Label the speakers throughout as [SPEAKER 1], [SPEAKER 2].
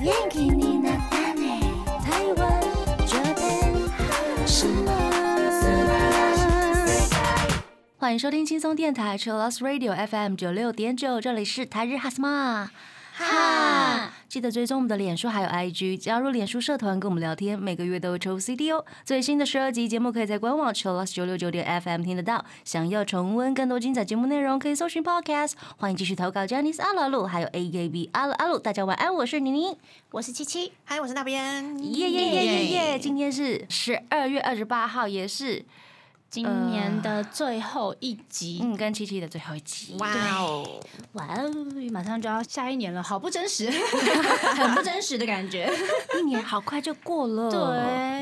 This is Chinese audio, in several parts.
[SPEAKER 1] 元気になったね台湾这边什么？
[SPEAKER 2] 欢迎收听轻松电台 c h i l l o s Radio FM 九六点九，这里是台日哈斯玛哈
[SPEAKER 1] 哈。
[SPEAKER 2] 记得追踪我们的脸书还有 IG，加入脸书社团跟我们聊天，每个月都会抽 CD 哦。最新的十二集节目可以在官网 c h i l l o s 九六九点 FM 听得到。想要重温更多精彩节目内容，可以搜寻 Podcast。欢迎继续投稿 j a n i c e 阿鲁阿鲁，还有 AKB 阿鲁阿鲁。大家晚安，我是妮妮。
[SPEAKER 1] 我是七七，
[SPEAKER 3] 嗨，我是那边。
[SPEAKER 2] 耶耶耶耶耶！今天是十二月二十八号，也是
[SPEAKER 1] 今年的最后一集，
[SPEAKER 2] 嗯跟七七的最后一集。
[SPEAKER 3] 哇哦，
[SPEAKER 1] 哇哦，马上就要下一年了，好不真实，很不真实的感觉。
[SPEAKER 2] 一年好快就过了，
[SPEAKER 1] 对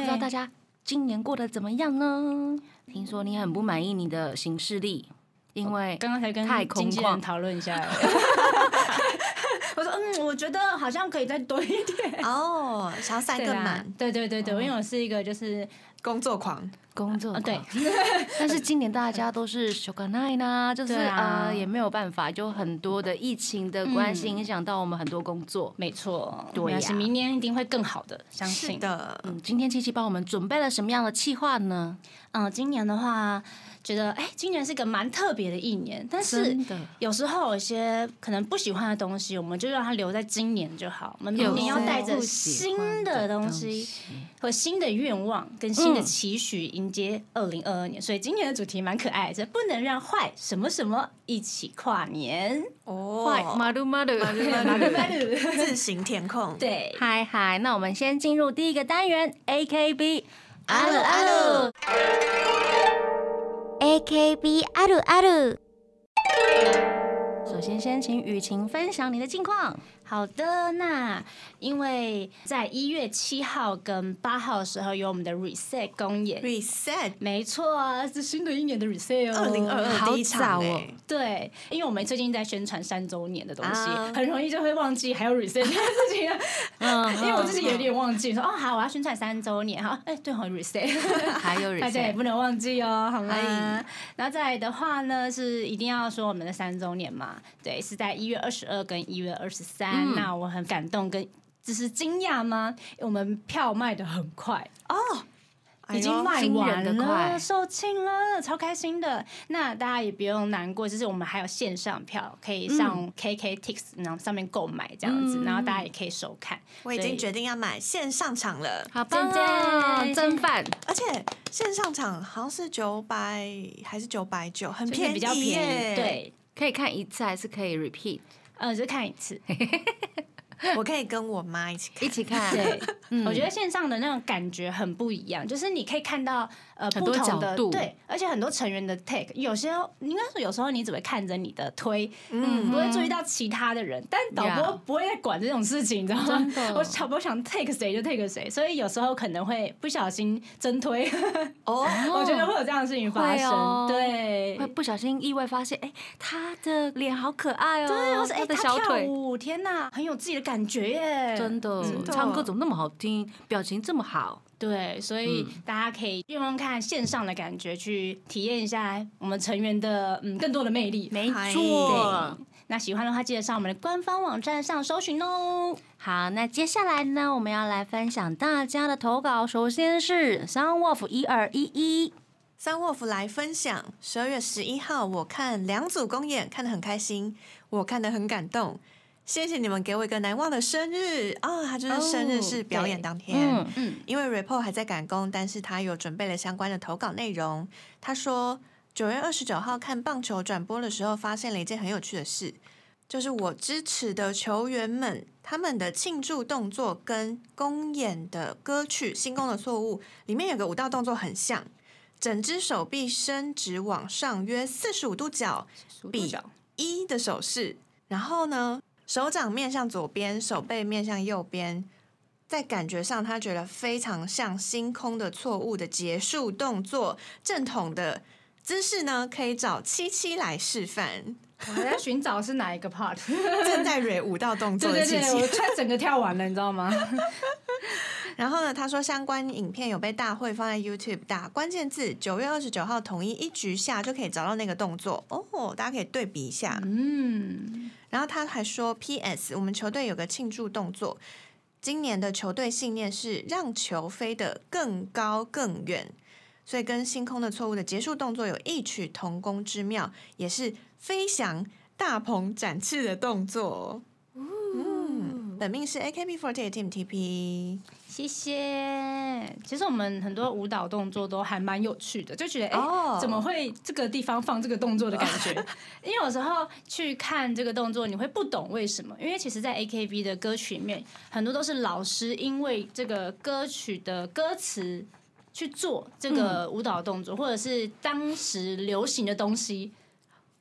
[SPEAKER 2] 不知道大家今年过得怎么样呢？听说你很不满意你的行事历，因为
[SPEAKER 1] 刚刚才跟
[SPEAKER 2] 太空
[SPEAKER 1] 经纪
[SPEAKER 2] 旷
[SPEAKER 1] 人讨论 一下，我说嗯，我觉得好像可以再多一点，
[SPEAKER 3] 哦，想要塞
[SPEAKER 1] 对
[SPEAKER 3] 更
[SPEAKER 1] 啦
[SPEAKER 3] 满，，
[SPEAKER 1] 对对对
[SPEAKER 2] 嗯
[SPEAKER 1] 对，因为我是一个就是
[SPEAKER 3] 工作狂，
[SPEAKER 2] 工作、
[SPEAKER 1] 啊对，
[SPEAKER 2] 但是今年大家都是 s h o g a n i 呢，就是、
[SPEAKER 1] 对啊嗯
[SPEAKER 2] 呃也没有办法，就很多的疫情的关系影响到我们很多工作。
[SPEAKER 1] 没错，
[SPEAKER 2] 对呀
[SPEAKER 1] 没关系明年一定会更好的，相
[SPEAKER 3] 是
[SPEAKER 1] 信。
[SPEAKER 3] 的，
[SPEAKER 2] 嗯，今天七七帮我们准备了什么样的计划呢？
[SPEAKER 1] 嗯、今年的话，觉得哎、今年是个蛮特别的一年，但是
[SPEAKER 2] 真的
[SPEAKER 1] 有时候有些可能不喜欢的东西，我们就让它留在今年就好。我们明
[SPEAKER 2] 有
[SPEAKER 1] 年要
[SPEAKER 2] 些
[SPEAKER 1] 带着
[SPEAKER 2] 不喜
[SPEAKER 1] 新
[SPEAKER 2] 欢的
[SPEAKER 1] 的东
[SPEAKER 2] 东
[SPEAKER 1] 西
[SPEAKER 2] 西
[SPEAKER 1] 和新的愿望跟新的
[SPEAKER 2] 嗯
[SPEAKER 1] 期许迎接二零二二年。所以今年的主题蛮可爱的，是不能让坏什么什么一起跨年。
[SPEAKER 2] 快，
[SPEAKER 3] 哦，
[SPEAKER 2] 马鲁马鲁马鲁
[SPEAKER 3] 自行填空，，
[SPEAKER 1] 对，
[SPEAKER 2] 嗨嗨，那我们先进入第一个单元 A K B。阿鲁阿鲁，
[SPEAKER 4] AKB あるある
[SPEAKER 2] 首先先请雨晴分享你的近况。
[SPEAKER 1] 好的，那因为在一月七号跟八号的时候有我们的 reset 公演，
[SPEAKER 3] reset
[SPEAKER 1] 没错啊，是新的一年的 reset 哦，
[SPEAKER 3] 二零二二
[SPEAKER 2] 好
[SPEAKER 3] 第一场
[SPEAKER 2] 早哦
[SPEAKER 3] 哎，
[SPEAKER 1] 对，因为我们最近在宣传三周年的东西，
[SPEAKER 3] 啊
[SPEAKER 1] 很容易就会忘记还有 reset 这件事情、啊。
[SPEAKER 2] 嗯，
[SPEAKER 1] 因为我自己有点忘记，说哦好，我要宣传三周年，好，哎、对，好 reset，
[SPEAKER 2] 还有
[SPEAKER 1] 大家也
[SPEAKER 2] reset，
[SPEAKER 1] 不能忘记哦，好吗
[SPEAKER 3] 哎？
[SPEAKER 1] 然后再来的话呢，是一定要说我们的三周年嘛，对，是在一月二十二跟一月二十三
[SPEAKER 2] 嗯。
[SPEAKER 1] 那我很感动跟。只是惊讶吗？我们票卖的很快，
[SPEAKER 3] 哦，哎呦
[SPEAKER 1] 已经卖
[SPEAKER 2] 惊
[SPEAKER 1] 完
[SPEAKER 2] 人的快
[SPEAKER 1] 了，售罄了，超开心的。那大家也不用难过，就是我们还有线上票，可以上 KKTix 然后上面购买这样子，
[SPEAKER 2] 嗯
[SPEAKER 1] 然后大家也可以收看。
[SPEAKER 3] 我已经
[SPEAKER 1] 得
[SPEAKER 3] 决定要买线上场了，
[SPEAKER 2] 好棒
[SPEAKER 1] 赞
[SPEAKER 2] 哦，
[SPEAKER 1] 赞
[SPEAKER 2] 蒸饭
[SPEAKER 3] 而且线上场好像是九百还是九百九，很便宜，
[SPEAKER 1] 比较便宜，
[SPEAKER 3] 宜，
[SPEAKER 1] 对，
[SPEAKER 2] 可以看一次还是可以 repeat
[SPEAKER 1] 呃，就看一次。
[SPEAKER 3] 我可以跟我妈一起看，
[SPEAKER 2] 一起看？
[SPEAKER 1] 对，
[SPEAKER 2] 嗯
[SPEAKER 1] 我觉得线上的那种感觉很不一样，就是你可以看到呃
[SPEAKER 2] 很多
[SPEAKER 1] 不同
[SPEAKER 2] 角
[SPEAKER 1] 的
[SPEAKER 2] 度
[SPEAKER 1] 对，而且很多成员的 take，有些应该说有时候你只会看着你的推，
[SPEAKER 3] 嗯
[SPEAKER 1] 不会注意到其他的人，但导
[SPEAKER 2] Yeah
[SPEAKER 1] 播不会再管这种事情，你知道吗
[SPEAKER 2] 真的？
[SPEAKER 1] 我导播想 take 谁就 take 谁，所以有时候可能会不小心真推，
[SPEAKER 3] 哦，
[SPEAKER 1] 我觉得会有这样的事情发
[SPEAKER 2] 会
[SPEAKER 1] 生，
[SPEAKER 2] 哦
[SPEAKER 1] 对
[SPEAKER 2] 会。不小心意外发现，哎，他的脸好可爱哦，
[SPEAKER 1] 对，或是哎，
[SPEAKER 2] 他的
[SPEAKER 1] 他
[SPEAKER 2] 小
[SPEAKER 1] 跳
[SPEAKER 2] 腿。
[SPEAKER 1] 舞，天哪，很有自己的感觉耶！
[SPEAKER 2] 真的
[SPEAKER 3] 真，的
[SPEAKER 2] 唱歌怎么那么好听，表情这么好，
[SPEAKER 1] 对，所以
[SPEAKER 3] 嗯
[SPEAKER 1] 大家可以用用看线上的感觉，去体验一下我们成员的嗯更多的魅力。
[SPEAKER 2] 没
[SPEAKER 3] 嗨
[SPEAKER 2] 错。
[SPEAKER 1] 那喜欢的话，记得上我们的官方网站上搜寻哦。
[SPEAKER 2] 好，那接下来呢，我们要来分享大家的投稿。首先是 Sun Wolf 一二一一，
[SPEAKER 3] 三沃夫来分享，十二月十一号我看两组公演，看得很开心，我看得很感动。谢谢你们给我一个难忘的生日啊、他就是生
[SPEAKER 1] 哦
[SPEAKER 3] 日是表演当天，
[SPEAKER 2] 嗯，
[SPEAKER 1] 嗯，
[SPEAKER 3] 因为 Report 还在赶工，但是他有准备了相关的投稿内容。他说，九月二十九号看棒球转播的时候，发现了一件很有趣的事，就是我支持的球员们他们的庆祝动作跟公演的歌曲《星空的错误》里面有个舞蹈动作很像，整只手臂伸直往上约四十五度角，比一的手势，然后呢，手掌面向左边，手背面向右边，在感觉上，他觉得非常像星空的错误的结束动作。正统的姿势呢，可以找七七来示范。
[SPEAKER 1] 我还在寻找是哪一个 part。
[SPEAKER 3] 正在蕊舞蹈动作
[SPEAKER 1] 对
[SPEAKER 3] 的
[SPEAKER 1] 对
[SPEAKER 3] 七
[SPEAKER 1] 对，我
[SPEAKER 3] 七。
[SPEAKER 1] 快整个跳完了，你知道吗？
[SPEAKER 3] 然后呢，他说相关影片有被大会放在 YouTube 打关键字，九月二十九号统一一局下就可以找到那个动作哦，大家可以对比一下。
[SPEAKER 1] 嗯，
[SPEAKER 3] 然后他还说，P.S. 我们球队有个庆祝动作，今年的球队信念是让球飞得更高更远，所以跟星空的错误的结束动作有异曲同工之妙，也是飞翔大鹏展翅的动作哦。嗯，本命是 AKB48 Team TP。
[SPEAKER 1] 谢谢。其实我们很多舞蹈动作都还蛮有趣的，就觉得哎、诶
[SPEAKER 3] 哦
[SPEAKER 1] 怎么会这个地方放这个动作的感觉？ 因为有时候去看这个动作，你会不懂为什么，因为其实，在 A K B 的歌曲里面，很多都是老师因为这个歌曲的歌词。去做这个舞蹈动作，或者是当时流行的东西，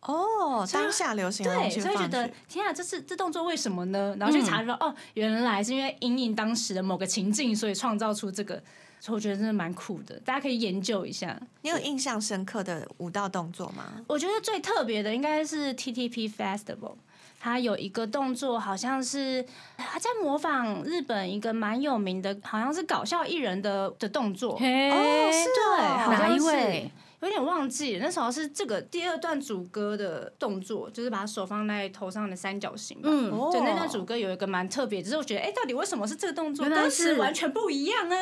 [SPEAKER 3] 哦，
[SPEAKER 1] 所以
[SPEAKER 3] 当下流行的嗯
[SPEAKER 1] 对，
[SPEAKER 3] 东西
[SPEAKER 1] 所以觉
[SPEAKER 3] 放
[SPEAKER 1] 得
[SPEAKER 3] 去
[SPEAKER 1] 天啊，这是这动作为什么呢？然后去查说，哦，原来是因为因应当时的某个情境，所以创造出这个，所以我觉得真的蛮酷的，大家可以研究一下。
[SPEAKER 3] 你有印象深刻的舞蹈动作吗？
[SPEAKER 1] 我觉得最特别的应该是 TTP Festival。它有一个动作，好像是他在模仿日本一个蛮有名的，好像是搞笑艺人的的动作。
[SPEAKER 2] 哦
[SPEAKER 3] 是
[SPEAKER 1] 哎对，
[SPEAKER 3] 哦
[SPEAKER 1] 好
[SPEAKER 2] 哪
[SPEAKER 1] 像
[SPEAKER 2] 一
[SPEAKER 1] 是
[SPEAKER 2] 位？
[SPEAKER 1] 有点忘记了，那时候是这个第二段主歌的动作，就是把手放在头上的三角形吧。
[SPEAKER 2] 嗯
[SPEAKER 1] 对，那段主歌有一个蛮特别，只是我觉得，哎、到底为什么是这个动作？
[SPEAKER 2] 原来
[SPEAKER 1] 歌
[SPEAKER 2] 是
[SPEAKER 1] 词完全不一样啊！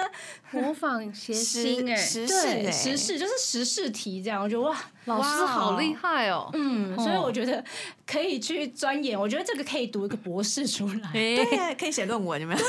[SPEAKER 2] 模仿谐
[SPEAKER 3] 时
[SPEAKER 2] 星哎，
[SPEAKER 3] 时事
[SPEAKER 1] 欸对，
[SPEAKER 3] 哎，
[SPEAKER 1] 时事就是时事题这样，我觉得哇，
[SPEAKER 2] 老师好厉害哦。
[SPEAKER 1] 嗯，
[SPEAKER 2] 哦
[SPEAKER 1] 所以我觉得可以去钻研，我觉得这个可以读一个博士出 来。
[SPEAKER 2] 对
[SPEAKER 3] 对，可以写论文，有没有？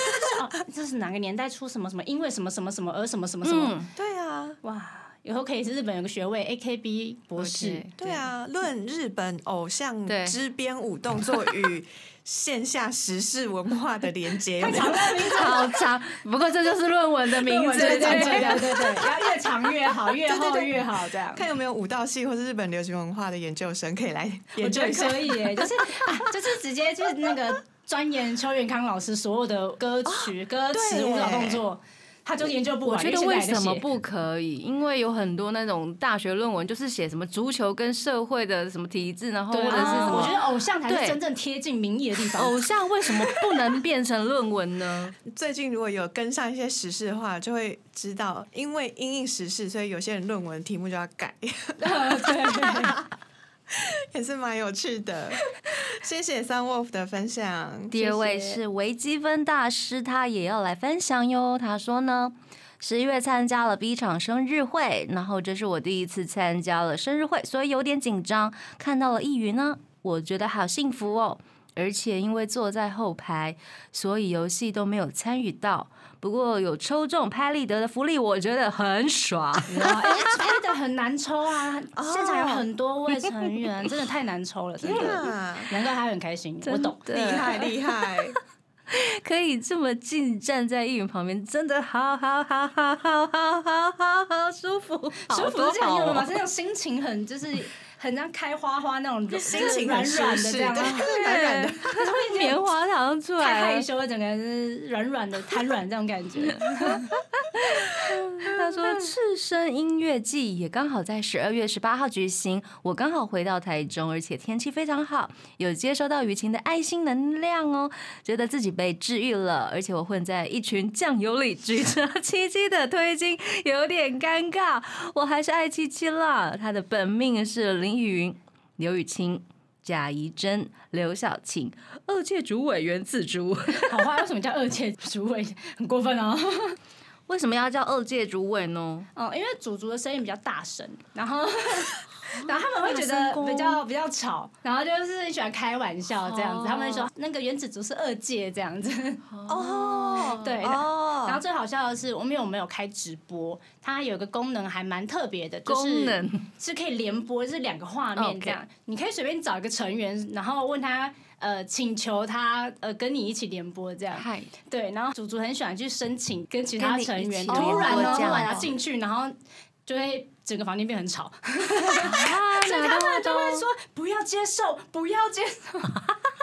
[SPEAKER 1] 这是哪个年代出什么什么？因为什么什么什么而什么什么什么？
[SPEAKER 2] 嗯
[SPEAKER 3] 对啊，
[SPEAKER 1] 哇，以后可以是日本有个学位 A K B 博士。
[SPEAKER 3] 对啊，论日本偶像
[SPEAKER 2] 对
[SPEAKER 3] 之编舞动作与线下时事文化的连 接，有没有
[SPEAKER 1] 长了名字
[SPEAKER 2] 好长，不过这就是论文的名字，
[SPEAKER 1] 对对
[SPEAKER 2] 对
[SPEAKER 1] 对对对对，要越长越好， 越
[SPEAKER 3] 对对
[SPEAKER 1] 厚
[SPEAKER 3] 对
[SPEAKER 1] 越好，这样。
[SPEAKER 3] 看有没有舞蹈系或是日本流行文化的研究生可以来
[SPEAKER 1] 我
[SPEAKER 3] 研
[SPEAKER 1] 觉
[SPEAKER 3] 究
[SPEAKER 1] 得
[SPEAKER 3] 一下。
[SPEAKER 1] 可以耶，就是、啊、就是直接就是那个钻研邱元康老师所有的歌曲、歌词、
[SPEAKER 3] 对
[SPEAKER 1] 舞蹈
[SPEAKER 3] 耶
[SPEAKER 1] 动作，他就研究不
[SPEAKER 2] 我
[SPEAKER 1] 完。
[SPEAKER 2] 觉得
[SPEAKER 1] 因
[SPEAKER 2] 为
[SPEAKER 1] 现在
[SPEAKER 2] 什么
[SPEAKER 1] 也在写？
[SPEAKER 2] 不可以？因为有很多那种大学论文就是写什么足球跟社会的什么体制，然后或者
[SPEAKER 1] 对
[SPEAKER 2] 是
[SPEAKER 1] 啊
[SPEAKER 2] 什，
[SPEAKER 1] 我觉
[SPEAKER 2] 么
[SPEAKER 1] 得偶像才
[SPEAKER 2] 对
[SPEAKER 1] 是真正贴近民意的地方。
[SPEAKER 2] 偶像，为什么不能变成论文呢？
[SPEAKER 3] 最近如果有跟上一些时事的话，就会知道，因为因应时事，所以有些人论文题目就要改，
[SPEAKER 1] 对，
[SPEAKER 3] 也是蛮有趣的。谢谢 Sun Wolf 的分享。
[SPEAKER 2] 第二位是微积分大师，他也要来分享哟。他说呢，十一月参加了 B 场生日会，然后这是我第一次参加了生日会，所以有点紧张。看到了易云呢，我觉得好幸福哦。而且因为坐在后排，所以游戏都没有参与到。不过有抽中拍立得的福利，我觉得很爽。
[SPEAKER 1] 哎，拍的很难抽啊，
[SPEAKER 2] 哦
[SPEAKER 1] 现场有很多位成员，真的太难抽了，真
[SPEAKER 3] 天
[SPEAKER 1] 的。
[SPEAKER 3] 啊，
[SPEAKER 1] 难怪他很开心，我懂。
[SPEAKER 3] 厉害厉害！
[SPEAKER 2] 可以这么近站在易云旁边，真的好好好好好好好好好舒服，
[SPEAKER 1] 舒
[SPEAKER 2] 好
[SPEAKER 1] 服
[SPEAKER 2] 多
[SPEAKER 1] 是这样
[SPEAKER 2] 好
[SPEAKER 1] 用的吗？
[SPEAKER 2] 哦
[SPEAKER 1] 是那种心情很就是很像开花花那种，
[SPEAKER 3] 心情
[SPEAKER 1] 软
[SPEAKER 3] 很舒
[SPEAKER 1] 软的
[SPEAKER 3] 适
[SPEAKER 1] 这样吗，
[SPEAKER 3] 对软软 的，
[SPEAKER 2] 对棉花糖出
[SPEAKER 1] 太
[SPEAKER 2] 来
[SPEAKER 1] 害
[SPEAKER 2] 了。
[SPEAKER 1] 羞了，整个人是软软的、瘫软这种感 觉。
[SPEAKER 2] 他说，赤身音乐季也刚好在十二月十八号举行，我刚好回到台中，而且天气非常好，有接收到雨晴的爱心能量哦，觉得自己被治愈了，而且我混在一群酱油里，举着七七的推金，有点尴尬，我还是爱七七啦。他的本命是林雨云、刘雨清。贾怡珍、刘晓庆，二届主委员自主。
[SPEAKER 1] 好话为什么叫二届主委？很过分哦。
[SPEAKER 2] 为什么要叫二届主委呢？
[SPEAKER 1] 哦，因为祖族的声音比较大声，然 后然后他们会觉得比较比较吵，然后就是喜欢开玩笑这样子。他们说那个原子族是二届这样子。
[SPEAKER 3] 哦，
[SPEAKER 1] 对然后
[SPEAKER 3] 哦，
[SPEAKER 1] 最好笑的是，我们有没有开直播？它有一个功能还蛮特别的，就是
[SPEAKER 2] 功能
[SPEAKER 1] 是可以连播，就是两个画面这样。你可以随便找一个成员，然后问他呃，请求他呃跟你一起连播这样。
[SPEAKER 2] 嗨，
[SPEAKER 1] 对，然后组组很喜欢去申请跟其他
[SPEAKER 2] 跟你
[SPEAKER 1] 成
[SPEAKER 2] 一
[SPEAKER 1] 员
[SPEAKER 2] 起
[SPEAKER 1] 突然
[SPEAKER 3] 联
[SPEAKER 1] 哦
[SPEAKER 3] 络
[SPEAKER 1] 突
[SPEAKER 3] 这样
[SPEAKER 1] 然要
[SPEAKER 3] 哦
[SPEAKER 1] 进去，然后就会整个房间变很吵，
[SPEAKER 2] 啊，
[SPEAKER 1] 所以
[SPEAKER 2] 哪
[SPEAKER 1] 他
[SPEAKER 2] 都
[SPEAKER 1] 们就
[SPEAKER 2] 哪
[SPEAKER 1] 会
[SPEAKER 2] 都
[SPEAKER 1] 说不要接受，不要接受。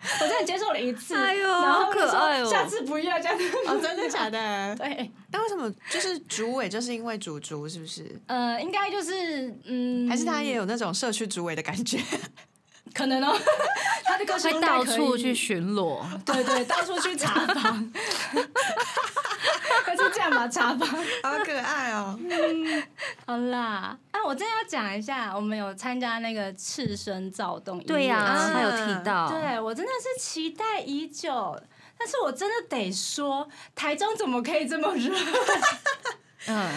[SPEAKER 1] 我真的接受了一次，
[SPEAKER 2] 哎呦
[SPEAKER 1] 然后
[SPEAKER 2] 好
[SPEAKER 1] 就
[SPEAKER 2] 可
[SPEAKER 1] 说
[SPEAKER 2] 爱哦
[SPEAKER 1] 下次不要这样。
[SPEAKER 3] 哦，真的假的？
[SPEAKER 1] 对，
[SPEAKER 3] 但为什么就是主委，就是因为主竹是不是？
[SPEAKER 1] 呃，应该就是嗯，
[SPEAKER 3] 还是他也有那种社区主委的感觉？
[SPEAKER 1] 可能哦， 他的歌声
[SPEAKER 2] 会
[SPEAKER 1] 应该
[SPEAKER 2] 到
[SPEAKER 1] 可
[SPEAKER 2] 处
[SPEAKER 1] 以
[SPEAKER 2] 去巡逻，
[SPEAKER 1] 对对，到处去查房，还是这样吧，查房。
[SPEAKER 3] 好可爱哦！
[SPEAKER 2] 好啦，啊，
[SPEAKER 1] 啊，我真的要讲一下，我们有参加那个赤身躁动音乐节，
[SPEAKER 2] 对呀、
[SPEAKER 3] 啊
[SPEAKER 2] 他有提到，
[SPEAKER 1] 对我真的是期待已久。但是我真的得说，台中怎么可以这么热？
[SPEAKER 2] 嗯，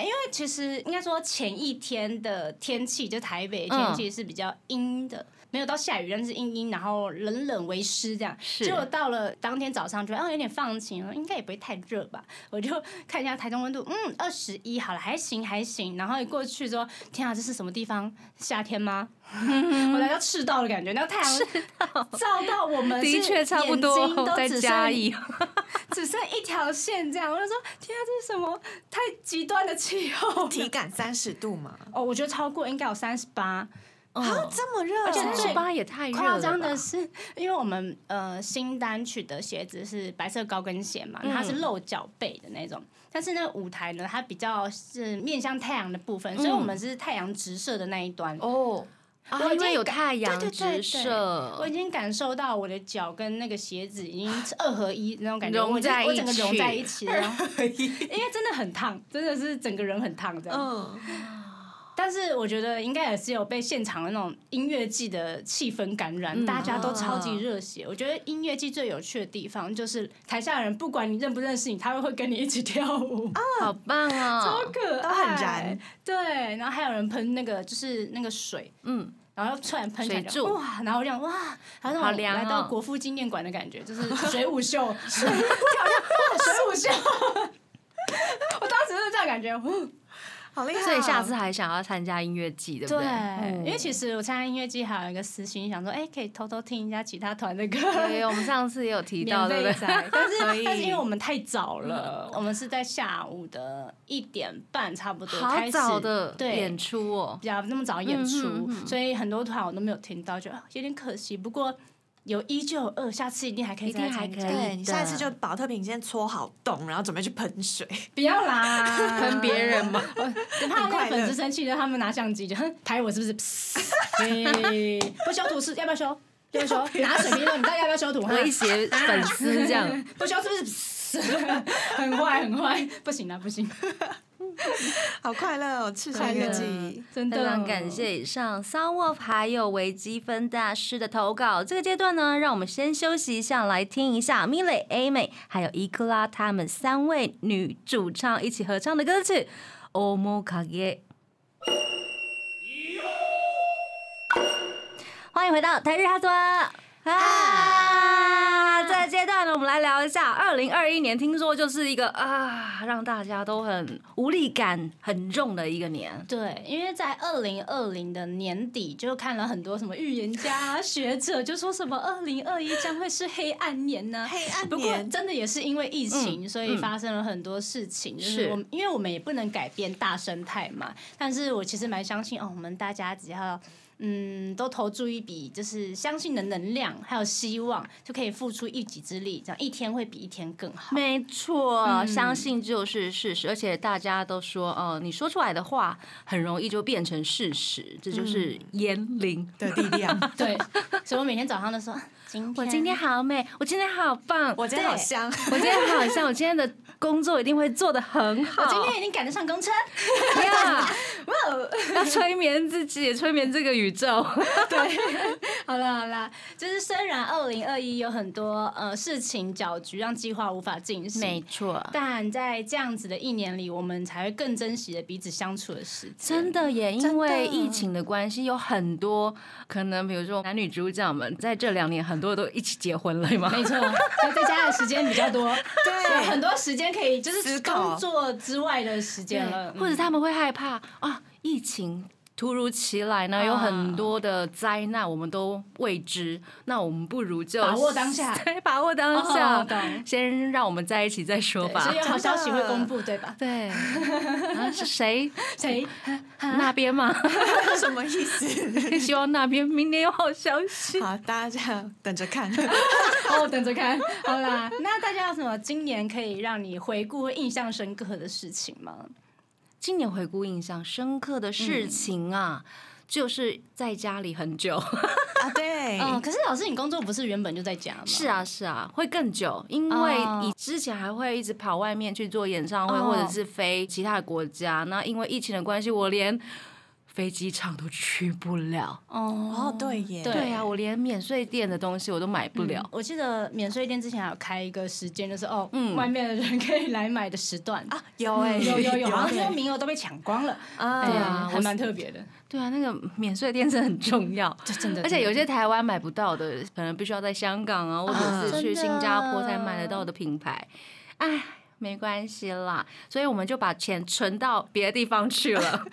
[SPEAKER 1] 因为其实应该说前一天的天气，就台北的天气是比较阴的，没有到下雨，但是阴阴，然后冷冷为湿这样。
[SPEAKER 2] 是
[SPEAKER 1] 结果到了当天早上，觉得哦有点放晴了，应该也不会太热吧。我就看一下台中温度，嗯，二十一好了，还行还行。然后一过去说，天啊，这是什么地方？夏天吗？ 我来到赤道的感觉，那太阳照到我们，
[SPEAKER 2] 的确差不
[SPEAKER 1] 眼睛
[SPEAKER 2] 多，
[SPEAKER 1] 都
[SPEAKER 2] 在
[SPEAKER 1] 只
[SPEAKER 2] 嘉
[SPEAKER 1] 剩啊
[SPEAKER 2] 义，
[SPEAKER 1] 只剩一条线这样。我就说，天啊，这是什么太极端的 气候了？
[SPEAKER 3] 体感三十度嘛，
[SPEAKER 1] 哦，我觉得超过应该有三十八。
[SPEAKER 2] 嗯
[SPEAKER 3] 啊，这么热，
[SPEAKER 1] 而且
[SPEAKER 2] 三
[SPEAKER 1] 最
[SPEAKER 2] 十八也太热了吧
[SPEAKER 1] 夸张的是， 因为我们呃新单曲的鞋子是白色高跟鞋嘛，
[SPEAKER 2] 嗯
[SPEAKER 1] 它是露脚背的那种。但是那个舞台呢，它比较是面向太阳的部分，所以我们是太阳直射的那一端。
[SPEAKER 2] 嗯哦，
[SPEAKER 1] 我
[SPEAKER 2] 啊，
[SPEAKER 1] 已经
[SPEAKER 2] 因为有太阳
[SPEAKER 1] 对对对
[SPEAKER 2] 直
[SPEAKER 1] 对我
[SPEAKER 2] 射
[SPEAKER 1] 已，经感受到我的脚跟那个鞋子已经是二合一那种感觉，
[SPEAKER 2] 融
[SPEAKER 1] 我已经
[SPEAKER 2] 在
[SPEAKER 1] 我
[SPEAKER 2] 一
[SPEAKER 1] 整个融
[SPEAKER 2] 起
[SPEAKER 1] 在一起了，然后因为真的很烫，真的是整个人很烫这样。
[SPEAKER 3] 嗯，
[SPEAKER 1] 但是我觉得应该也是有被现场的那种音乐季的气氛感染，
[SPEAKER 2] 嗯
[SPEAKER 1] 大家都超级热血。我觉得音乐季最有趣的地方就是台下的人，不管你认不认识你，他们会跟你一起跳舞，
[SPEAKER 2] 哦好棒
[SPEAKER 1] 超
[SPEAKER 2] 哦，
[SPEAKER 1] 可爱，
[SPEAKER 3] 都很燃。
[SPEAKER 1] 对，然后还有人喷那个就是那个水，
[SPEAKER 2] 嗯，
[SPEAKER 1] 然后突然喷起来
[SPEAKER 2] 水
[SPEAKER 1] 就
[SPEAKER 2] 柱
[SPEAKER 1] 哇，然后我就想哇，然后
[SPEAKER 2] 好
[SPEAKER 1] 我
[SPEAKER 2] 凉
[SPEAKER 1] 来到
[SPEAKER 2] 哦
[SPEAKER 1] 国父纪念馆的感觉，就是水舞 秀， 是跳一下哇，水舞秀。 我当时是这样感觉，呼
[SPEAKER 3] 好厉害哦，
[SPEAKER 2] 所以下次还想要参加音乐季，对不
[SPEAKER 1] 啊对，
[SPEAKER 2] 对？嗯
[SPEAKER 1] 因为其实我参加音乐季还有一个私心，想说，哎、可以偷偷听一下其他团的歌。
[SPEAKER 2] 对，我们上次也有提到，
[SPEAKER 1] 免
[SPEAKER 2] 对嗯
[SPEAKER 1] 费
[SPEAKER 2] 不对？
[SPEAKER 1] 仔，但是但是因为我
[SPEAKER 2] 们
[SPEAKER 1] 们太早了，我们是在下午的一点半差不多开
[SPEAKER 2] 好
[SPEAKER 1] 始
[SPEAKER 2] 早的
[SPEAKER 1] 对
[SPEAKER 2] 演出哦
[SPEAKER 1] 比，较那么早演出，
[SPEAKER 2] 嗯哼嗯哼
[SPEAKER 1] 所以很多团我都没有听到，觉得啊有点可惜。不过有一就有二，下次一定还可以
[SPEAKER 2] 一
[SPEAKER 1] 再
[SPEAKER 2] 定
[SPEAKER 1] 来
[SPEAKER 2] 还
[SPEAKER 1] 参
[SPEAKER 2] 可
[SPEAKER 1] 加。
[SPEAKER 3] 对
[SPEAKER 2] 以
[SPEAKER 3] 哎你
[SPEAKER 2] 的。
[SPEAKER 3] 下次就保特瓶先搓好洞，然后准备去喷水，
[SPEAKER 1] 不要啦，
[SPEAKER 2] 喷别人嘛，
[SPEAKER 1] 怕那
[SPEAKER 3] 快
[SPEAKER 1] 个粉
[SPEAKER 3] 乐
[SPEAKER 1] 丝生气，让他们拿相机就 哼拍我是不是？嘿不修图是要不要修？要不要修？拿水瓶说你到底要不要修图？哈
[SPEAKER 2] 威胁粉丝这样。
[SPEAKER 1] 不修是不是？很坏很坏，不行啦不行，
[SPEAKER 3] 好快乐哦，赤
[SPEAKER 1] 快
[SPEAKER 3] 身
[SPEAKER 1] 乐
[SPEAKER 3] 月季。
[SPEAKER 1] 真
[SPEAKER 2] 非
[SPEAKER 1] 的
[SPEAKER 2] 常感。谢以上 s o u Wolf 还有维基芬大师的投稿。这个阶段呢，让我们先休息一下，来听一下 Miley、A 美还有伊克拉他们三位女主唱一起合唱的歌曲《Omo Kage》。欢迎回到台日哈多啊！这个阶段呢，我们来聊一下二零二一年，听说就是一个啊，让大家都很无力感很重的一个年。
[SPEAKER 1] 对，因为在二零二零的年底，就看了很多什么预言家啊、学者，就说什么二零二一将会是黑暗年呢、
[SPEAKER 3] 黑暗
[SPEAKER 1] 不过
[SPEAKER 3] 年，
[SPEAKER 1] 真的也是因为疫情，
[SPEAKER 2] 嗯
[SPEAKER 1] 所以发生了很多事情。就是
[SPEAKER 2] 是
[SPEAKER 1] 我们，因为我们也不能改变大生态嘛。但是我其实蛮相信，哦，我们大家只要嗯都投注一笔，就是相信的能量还有希望，就可以付出一己之力，这样一天会比一天更好。
[SPEAKER 2] 没错，相信就是事实，而且大家都说，哦、你说出来的话很容易就变成事实，这就是言灵。
[SPEAKER 3] 的力 量，
[SPEAKER 1] 对， 所以我每天早上都说，啊今天
[SPEAKER 2] 我今天好美，我今天好棒，
[SPEAKER 3] 我今天好香，
[SPEAKER 2] 我今天好像我今天的工作一定会做得很好。
[SPEAKER 1] 我今天已经赶得上公车。
[SPEAKER 2] 呀，要催眠自己，催眠这个宇宙。
[SPEAKER 1] 好啦好啦，就是虽然二零二一有很多呃事情搅局，让计划无法进行，
[SPEAKER 2] 错。
[SPEAKER 1] 但在这样子的一年里，我们才会更珍惜的彼此相处的时间。
[SPEAKER 2] 真的也因为
[SPEAKER 3] 真的
[SPEAKER 2] 疫情的关系，有很多可能，比如说男女主角们在这两年，很多都一起结婚了嘛。
[SPEAKER 1] 没错，那在家的时间比较多，对， 有很多时间可以就
[SPEAKER 3] 思
[SPEAKER 1] 是
[SPEAKER 3] 考
[SPEAKER 1] 工作之外的时间了，嗯
[SPEAKER 2] 或者他们会害怕啊，疫情突如其来呢，有很多的灾难，我们都未知，那我们不如就
[SPEAKER 1] 把握当 下
[SPEAKER 2] 对，把握当下
[SPEAKER 1] 哦懂，
[SPEAKER 2] 先让我们在一起再说
[SPEAKER 1] 对
[SPEAKER 2] 吧
[SPEAKER 1] 所以。有好消息会
[SPEAKER 3] 真的
[SPEAKER 1] 公布，对吧？
[SPEAKER 2] 对，然后是谁？
[SPEAKER 1] 谁？
[SPEAKER 2] 那边嘛，
[SPEAKER 3] 什么意思？
[SPEAKER 2] 希望那边明年有好消息。
[SPEAKER 3] 好，大家等着看。
[SPEAKER 1] 哦，等着看。好啦，那大家有什么今年可以让你回顾或印象深刻的事情吗？
[SPEAKER 2] 嗯今年回顾印嗯象深刻的事情啊，就是在家里很久。
[SPEAKER 3] 啊，对，对，
[SPEAKER 1] 哦，可是老师，你工作不是原本就在家吗？
[SPEAKER 2] 是，啊，是啊，会更久，因为
[SPEAKER 1] 哦
[SPEAKER 2] 你之前还会一直跑外面去做演唱会，
[SPEAKER 1] 哦
[SPEAKER 2] 或者是飞其他的国家。那因为疫情的关系，我连飞机场都去不了。
[SPEAKER 1] 哦
[SPEAKER 3] 哦，对耶，
[SPEAKER 1] 对
[SPEAKER 2] 对啊，我连免税店的东西我都买不了。
[SPEAKER 1] 我记得免税店之前还有开一个时间，就是哦，
[SPEAKER 2] 嗯
[SPEAKER 1] 外面的人可以来买的时段。
[SPEAKER 3] 啊，有哎，
[SPEAKER 1] 有有有，好像
[SPEAKER 3] 对
[SPEAKER 1] 听说名额都被抢光了，
[SPEAKER 3] 啊
[SPEAKER 1] 哎
[SPEAKER 2] 对
[SPEAKER 1] 呀
[SPEAKER 2] 啊
[SPEAKER 1] 还
[SPEAKER 2] 我
[SPEAKER 1] 蛮特别的，
[SPEAKER 2] 对啊，那个免税店是很重要。
[SPEAKER 1] 这真的。
[SPEAKER 2] 而且
[SPEAKER 1] 真的
[SPEAKER 2] 有些台湾买不到的，可能必须要在香港啊，或
[SPEAKER 3] 啊
[SPEAKER 2] 者是去
[SPEAKER 1] 真的
[SPEAKER 2] 新加坡才买得到的品牌。唉，没关系啦，所以我们就把钱存到别的地方去了，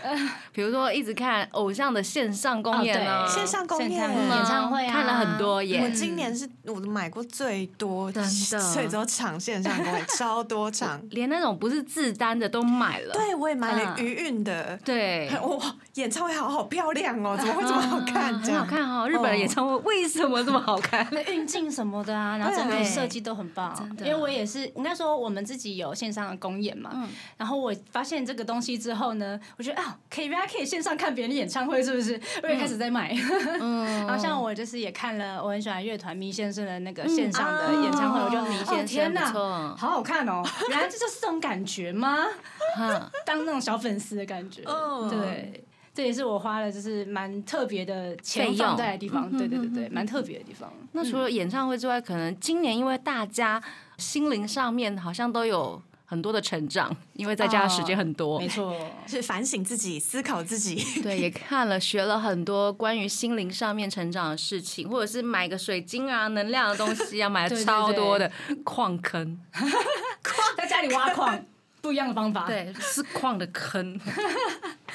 [SPEAKER 2] 比如说一直看偶像的线上公演啊，
[SPEAKER 1] 哦对
[SPEAKER 3] 线上公演
[SPEAKER 1] 线上演唱会啊，
[SPEAKER 2] 看了很多
[SPEAKER 3] 我
[SPEAKER 2] 耶。
[SPEAKER 3] 今年是我买过最多，
[SPEAKER 2] 真的
[SPEAKER 3] 最多场线上公演，超 多场。
[SPEAKER 2] 连那种不是自单的都买了，
[SPEAKER 3] 对，我也买了
[SPEAKER 1] 嗯
[SPEAKER 3] 余韵的，
[SPEAKER 2] 对，
[SPEAKER 3] 哇，演唱会好好漂亮哦，怎么会这么好看？这
[SPEAKER 2] 很好
[SPEAKER 3] 样，
[SPEAKER 2] 看哦。日本的演唱会为什么这么好看？
[SPEAKER 1] 那运镜什么的啊，然后整体
[SPEAKER 3] 对
[SPEAKER 1] 设计都很棒。
[SPEAKER 2] 真的
[SPEAKER 1] 因为我也是应该说我们自己有线上的公演嘛，然后我发现这个东西之后呢，我觉得啊，可以大家可以线上看别人的演唱会，是不是？我也开始在买。 然后像我就是也看了，我很喜欢乐团迷先生的那个线上的演唱会，
[SPEAKER 2] 哦
[SPEAKER 1] 我就
[SPEAKER 2] 迷
[SPEAKER 1] 嗯啊哦
[SPEAKER 2] 先
[SPEAKER 1] 天
[SPEAKER 2] 生
[SPEAKER 1] 哪
[SPEAKER 2] 不，错，
[SPEAKER 1] 好好看哦！原来这就是这种感觉吗？
[SPEAKER 2] 嗯
[SPEAKER 1] 当那种小粉丝的感觉，
[SPEAKER 3] 哦
[SPEAKER 1] 对。这也是我花了，就是蛮特别的
[SPEAKER 2] 费
[SPEAKER 1] 钱
[SPEAKER 2] 用嗯
[SPEAKER 1] 放在的地方，对对对对，蛮特别的地方。
[SPEAKER 2] 那除
[SPEAKER 1] 嗯
[SPEAKER 2] 了演唱会之外，可能今年因为大家心灵上面好像都有很多的成长，因为在家的时间很多，
[SPEAKER 1] 哦没错，
[SPEAKER 3] 是反省自己，思考自己。
[SPEAKER 2] 对，也看了学了很多关于心灵上面成长的事情，或者是买个水晶啊、能量的东西啊，买了
[SPEAKER 1] 对对
[SPEAKER 2] 超多的矿坑，
[SPEAKER 1] 在家里挖矿，不一样的方法。，
[SPEAKER 2] 对，啊是矿的 坑，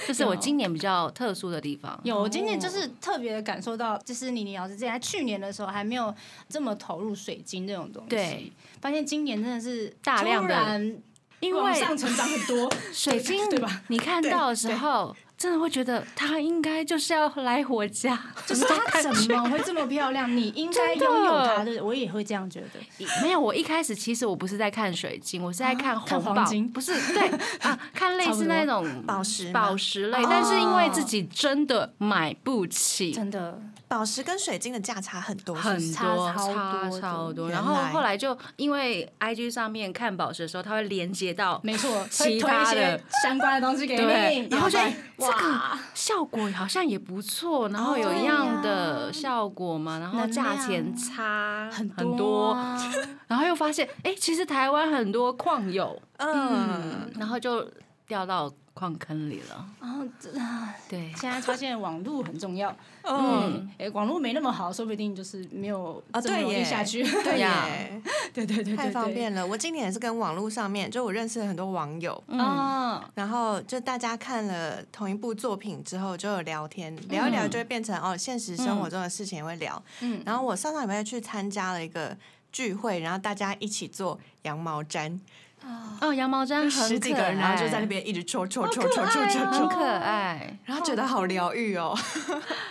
[SPEAKER 2] 这是我今年比较特殊的地方。
[SPEAKER 1] 有我今年就是特别感受到，就是妮妮老师之前她去年的时候还没有这么投入水晶这种东西，
[SPEAKER 2] 对，
[SPEAKER 1] 发现今年真的是
[SPEAKER 2] 大量的
[SPEAKER 1] 突然
[SPEAKER 2] 因
[SPEAKER 1] 往
[SPEAKER 2] 为
[SPEAKER 1] 上成长很多，
[SPEAKER 2] 水晶
[SPEAKER 1] 对吧？
[SPEAKER 2] 你看到的时候，真的会觉得它应该就是要来我家，
[SPEAKER 1] 就是 它怎么会这么漂亮？你应该拥有它的，我也会这样觉得。
[SPEAKER 2] 没有，我一开始其实我不是在看水晶，我是在看红
[SPEAKER 1] 看黄
[SPEAKER 2] 宝，
[SPEAKER 1] 金
[SPEAKER 2] 不是对啊，看类似那种
[SPEAKER 3] 宝石吗
[SPEAKER 2] 宝石类，但是因为自己真的买不起，
[SPEAKER 1] 真的，
[SPEAKER 3] 宝石跟水晶的价差很多，
[SPEAKER 2] 很
[SPEAKER 3] 是不是
[SPEAKER 1] 差
[SPEAKER 2] 多
[SPEAKER 1] 超多
[SPEAKER 2] 差
[SPEAKER 1] 的
[SPEAKER 2] 超多。
[SPEAKER 3] 原
[SPEAKER 2] 然后
[SPEAKER 3] 来
[SPEAKER 2] 后来就因为 IG 上面看宝石的时候，它会连接到
[SPEAKER 1] 没错，
[SPEAKER 2] 其
[SPEAKER 1] 会推一
[SPEAKER 2] 他的
[SPEAKER 1] 些相关的东西给
[SPEAKER 2] 对
[SPEAKER 1] 你，，
[SPEAKER 2] 然后就
[SPEAKER 1] 就
[SPEAKER 2] 哎这个效果好像也不错，然后有一样的效果嘛，然后
[SPEAKER 1] 能
[SPEAKER 2] 价
[SPEAKER 1] 量
[SPEAKER 2] 钱差很
[SPEAKER 1] 很
[SPEAKER 2] 多，
[SPEAKER 1] 啊
[SPEAKER 2] 然后又发现哎，其实台湾很多矿友，
[SPEAKER 3] 嗯，
[SPEAKER 2] 然后就掉到矿坑里了。
[SPEAKER 1] 哦，这啊
[SPEAKER 2] 对，
[SPEAKER 1] 现在发现网络很重要。
[SPEAKER 3] 哦，
[SPEAKER 1] 嗯，哎、网络没那么好，说不定就是没有
[SPEAKER 3] 啊
[SPEAKER 1] 这么
[SPEAKER 3] 对
[SPEAKER 1] 容易
[SPEAKER 3] 耶
[SPEAKER 1] 下去。
[SPEAKER 3] 对
[SPEAKER 2] 呀
[SPEAKER 3] 耶，
[SPEAKER 1] 对对对对，
[SPEAKER 3] 太方便了。我今年也是跟网络上面，就我认识了很多网友，
[SPEAKER 1] 了啊！
[SPEAKER 3] 然后就大家看了同一部作品之后就有聊天，聊一聊就会变成、哦，现实生活中的事情也会聊。
[SPEAKER 1] 嗯
[SPEAKER 3] 然后我上上礼拜去参加了一个聚会，然后大家一起做羊毛毡，
[SPEAKER 2] 哦，羊毛毡很
[SPEAKER 3] 十几个人，
[SPEAKER 2] 可
[SPEAKER 3] 然后就在
[SPEAKER 2] 爱
[SPEAKER 3] 那边一直戳戳戳戳戳戳
[SPEAKER 2] 很
[SPEAKER 3] 戳，
[SPEAKER 2] 可哦爱。
[SPEAKER 3] 然后觉得好疗愈哦。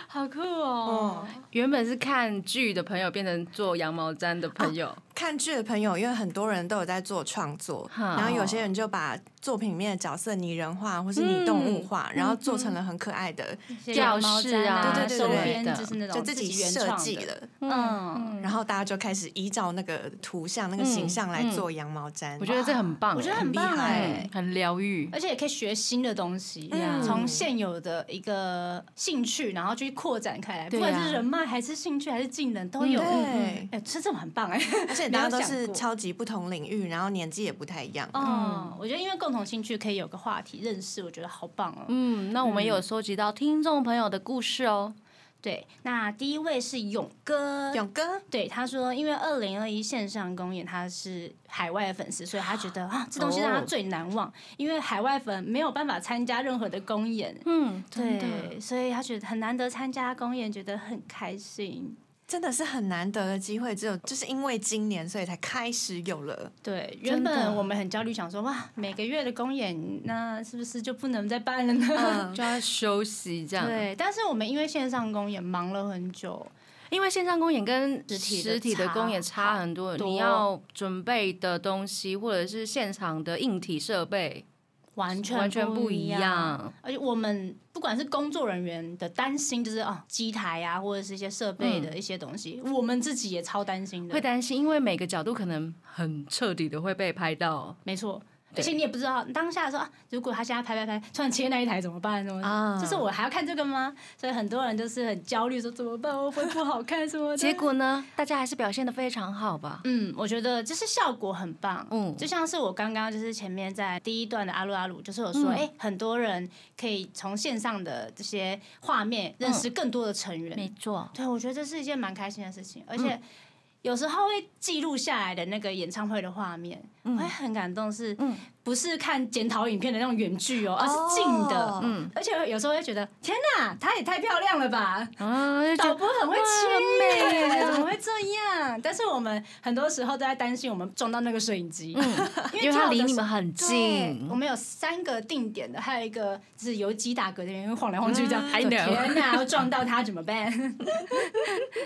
[SPEAKER 1] 好酷哦！
[SPEAKER 2] 原本是看剧的朋友变成做羊毛毡的朋友，
[SPEAKER 3] 看剧的朋友，因为很多人都有在做创作，
[SPEAKER 2] 好
[SPEAKER 3] 然后有些人就把作品里面的角色拟人化或是拟动
[SPEAKER 1] 嗯
[SPEAKER 3] 物化，然后做成了很可爱的，
[SPEAKER 1] 一些
[SPEAKER 2] 教
[SPEAKER 1] 羊毛
[SPEAKER 2] 室
[SPEAKER 1] 毡
[SPEAKER 2] 啊
[SPEAKER 3] 对对对
[SPEAKER 1] 周
[SPEAKER 3] 对
[SPEAKER 1] 边
[SPEAKER 2] 的
[SPEAKER 1] 就是那种
[SPEAKER 3] 就自己
[SPEAKER 1] 原
[SPEAKER 3] 设
[SPEAKER 1] 创
[SPEAKER 3] 计
[SPEAKER 1] 的。
[SPEAKER 3] 了。
[SPEAKER 2] 哦
[SPEAKER 1] 嗯，
[SPEAKER 3] 然后大家就开始依照那个图像、那个形象来做羊毛毡。
[SPEAKER 2] 我觉得这很棒，
[SPEAKER 1] 嗯我觉得很
[SPEAKER 3] 厉
[SPEAKER 1] 棒
[SPEAKER 3] 害
[SPEAKER 1] 哎
[SPEAKER 2] 嗯，很疗愈。
[SPEAKER 1] 而且也可以学新的东西
[SPEAKER 3] 嗯，
[SPEAKER 1] 从现有的一个兴趣，然后去扩展开来，不管
[SPEAKER 2] 对啊
[SPEAKER 1] 是人脉还是兴趣还是技能都有。
[SPEAKER 3] 对，
[SPEAKER 1] 哎，这这种很棒哎！
[SPEAKER 3] 嗯 而且大家都
[SPEAKER 1] 没有
[SPEAKER 3] 是
[SPEAKER 1] 想过
[SPEAKER 3] 超嗯级不同领域，然后年纪也不太一样。
[SPEAKER 1] 哦，我觉得因为共同兴趣可以有个话题认识，我觉得好棒哦。
[SPEAKER 2] 嗯，那我们也有收集到听众朋友的故事哦。
[SPEAKER 1] 对，那第一位是勇哥，
[SPEAKER 3] 勇哥，
[SPEAKER 1] 对，他说，因为二零二一线上公演他是海外的粉丝，所以他觉得啊，这东西让他
[SPEAKER 2] 哦
[SPEAKER 1] 最难忘，因为海外粉没有办法参加任何的公演，
[SPEAKER 2] 嗯，真的
[SPEAKER 1] 对，所以他觉得很难得参加公演，觉得很开心。
[SPEAKER 3] 真的是很难得的机会，只有就是因为今年，所以才开始有了。
[SPEAKER 1] 对，原
[SPEAKER 2] 真的
[SPEAKER 1] 本我们很焦虑，想说哇，每个月的公演，那是不是就不能再办了 呢？
[SPEAKER 2] 就要休息这样。，
[SPEAKER 1] 对，但是我们因为线上公演忙了很久，
[SPEAKER 2] 因为线上公演跟
[SPEAKER 1] 实体的
[SPEAKER 2] 实体的
[SPEAKER 1] 差
[SPEAKER 2] 公演差很多，
[SPEAKER 1] 多
[SPEAKER 2] 你要准备的东西或者是现场的硬体设备
[SPEAKER 1] 完全
[SPEAKER 2] 完全不
[SPEAKER 1] 一
[SPEAKER 2] 一样。
[SPEAKER 1] 而且我们不管是工作人员的担心，就是哦机台啊，或者是一些设备的一些东西，我们自己也超担心的。
[SPEAKER 2] 会担心，因为每个角度可能很彻底的会被拍到。
[SPEAKER 1] 没错。而
[SPEAKER 2] 对
[SPEAKER 1] 且你也不知道当下说啊，如果他现在拍拍拍，突然切那一台怎么办？怎么？
[SPEAKER 3] 啊
[SPEAKER 1] 就是我还要看这个吗？所以很多人就是很焦虑，说怎么办？我会不好看什么的？
[SPEAKER 2] 结果呢，大家还是表现的非常好吧？
[SPEAKER 1] 嗯，我觉得就是效果很棒。
[SPEAKER 2] 嗯
[SPEAKER 1] 就像是我刚刚就是前面在第一段的阿鲁阿鲁，就是有说，
[SPEAKER 2] 嗯
[SPEAKER 1] 哎、很多人可以从线上的这些画面认
[SPEAKER 2] 嗯
[SPEAKER 1] 识更多的成员。
[SPEAKER 2] 错，
[SPEAKER 1] 对，我觉得这是一件蛮开心的事情，
[SPEAKER 2] 嗯
[SPEAKER 1] 而且有时候会记录下来的那个演唱会的画面，我会很感动是，
[SPEAKER 2] 嗯
[SPEAKER 1] 不是看检讨影片的那种远距哦，而是近的。
[SPEAKER 2] 嗯
[SPEAKER 1] 而且有时候会觉得，天哪，她也太漂亮了吧！
[SPEAKER 2] 啊，就觉
[SPEAKER 1] 导
[SPEAKER 2] 得
[SPEAKER 1] 播很会
[SPEAKER 2] 哇
[SPEAKER 1] 切
[SPEAKER 2] 很美
[SPEAKER 1] 耶，
[SPEAKER 2] 啊
[SPEAKER 1] 怎么会这样？但是我们很多时候都在担心我们撞到那个摄影机，
[SPEAKER 2] 嗯 因为
[SPEAKER 1] 跳
[SPEAKER 2] 它
[SPEAKER 1] 的
[SPEAKER 2] 离
[SPEAKER 1] 时
[SPEAKER 2] 你
[SPEAKER 1] 候
[SPEAKER 2] 们很
[SPEAKER 1] 对
[SPEAKER 2] 近，
[SPEAKER 1] 我们有三个定点的，还有一个就是游击打嗝的人晃来晃去这样。
[SPEAKER 2] 嗯
[SPEAKER 1] 哎
[SPEAKER 2] I know
[SPEAKER 1] 天哪，要撞到他怎么办？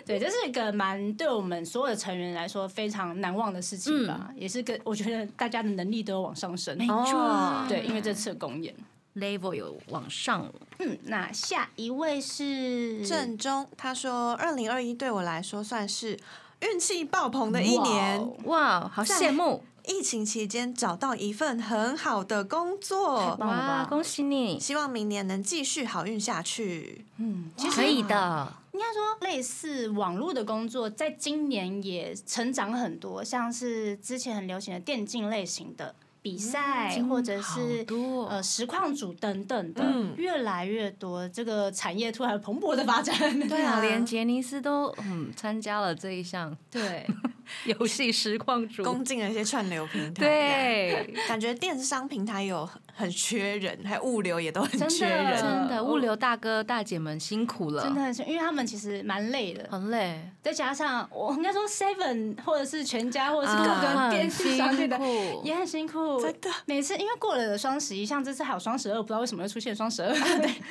[SPEAKER 1] 对，这是一个蛮对我们所有的成员来说非常难忘的事情
[SPEAKER 2] 嗯
[SPEAKER 1] 吧，也是跟我觉得大家的能力都有往上升。
[SPEAKER 3] 哦
[SPEAKER 1] 对，因为这次的公演。
[SPEAKER 2] level 有往上，
[SPEAKER 1] 嗯，那下一位是哦
[SPEAKER 3] 正中他说，二零二一对我来说算是运气爆棚的一年。
[SPEAKER 1] 哇哦
[SPEAKER 2] 哇，好羡慕，
[SPEAKER 3] 疫情期间找到一份很好的工
[SPEAKER 1] 太
[SPEAKER 3] 作，
[SPEAKER 1] 棒了吧
[SPEAKER 2] 哇，恭喜你，
[SPEAKER 3] 希望明年能继续好运下去。
[SPEAKER 1] 嗯，其实
[SPEAKER 2] 可以的，
[SPEAKER 1] 应该说，类似网络的工作，在今年也成长很多，像是之前很流行的电竞类型的比赛，或者
[SPEAKER 2] 嗯好
[SPEAKER 1] 是
[SPEAKER 2] 多
[SPEAKER 1] 呃实况组等等的，
[SPEAKER 3] 嗯
[SPEAKER 1] 越来越多，这个产业突然蓬勃的发展。
[SPEAKER 3] 对啊
[SPEAKER 2] 连杰尼斯都嗯参加了这一项
[SPEAKER 1] 对，
[SPEAKER 2] 游戏实况主，
[SPEAKER 3] 攻进了一些串流平台，，
[SPEAKER 2] 对，
[SPEAKER 3] 感觉电商平台有很很缺人，还有物流也都很
[SPEAKER 1] 真的
[SPEAKER 3] 缺人。
[SPEAKER 2] 真
[SPEAKER 1] 呃
[SPEAKER 2] 的物流大哥大姐们辛苦了，
[SPEAKER 1] 真的很辛，因为他们其实蛮累的，
[SPEAKER 2] 很累，
[SPEAKER 1] 再加上我应该说 Seven 或者是全家或者是各个
[SPEAKER 2] 啊
[SPEAKER 1] 电视商店的
[SPEAKER 2] 很辛苦
[SPEAKER 1] 也很辛苦，
[SPEAKER 3] 真的。
[SPEAKER 1] 每次因为过了双十一，像这次还有双十二，不知道为什么又出现双 十二。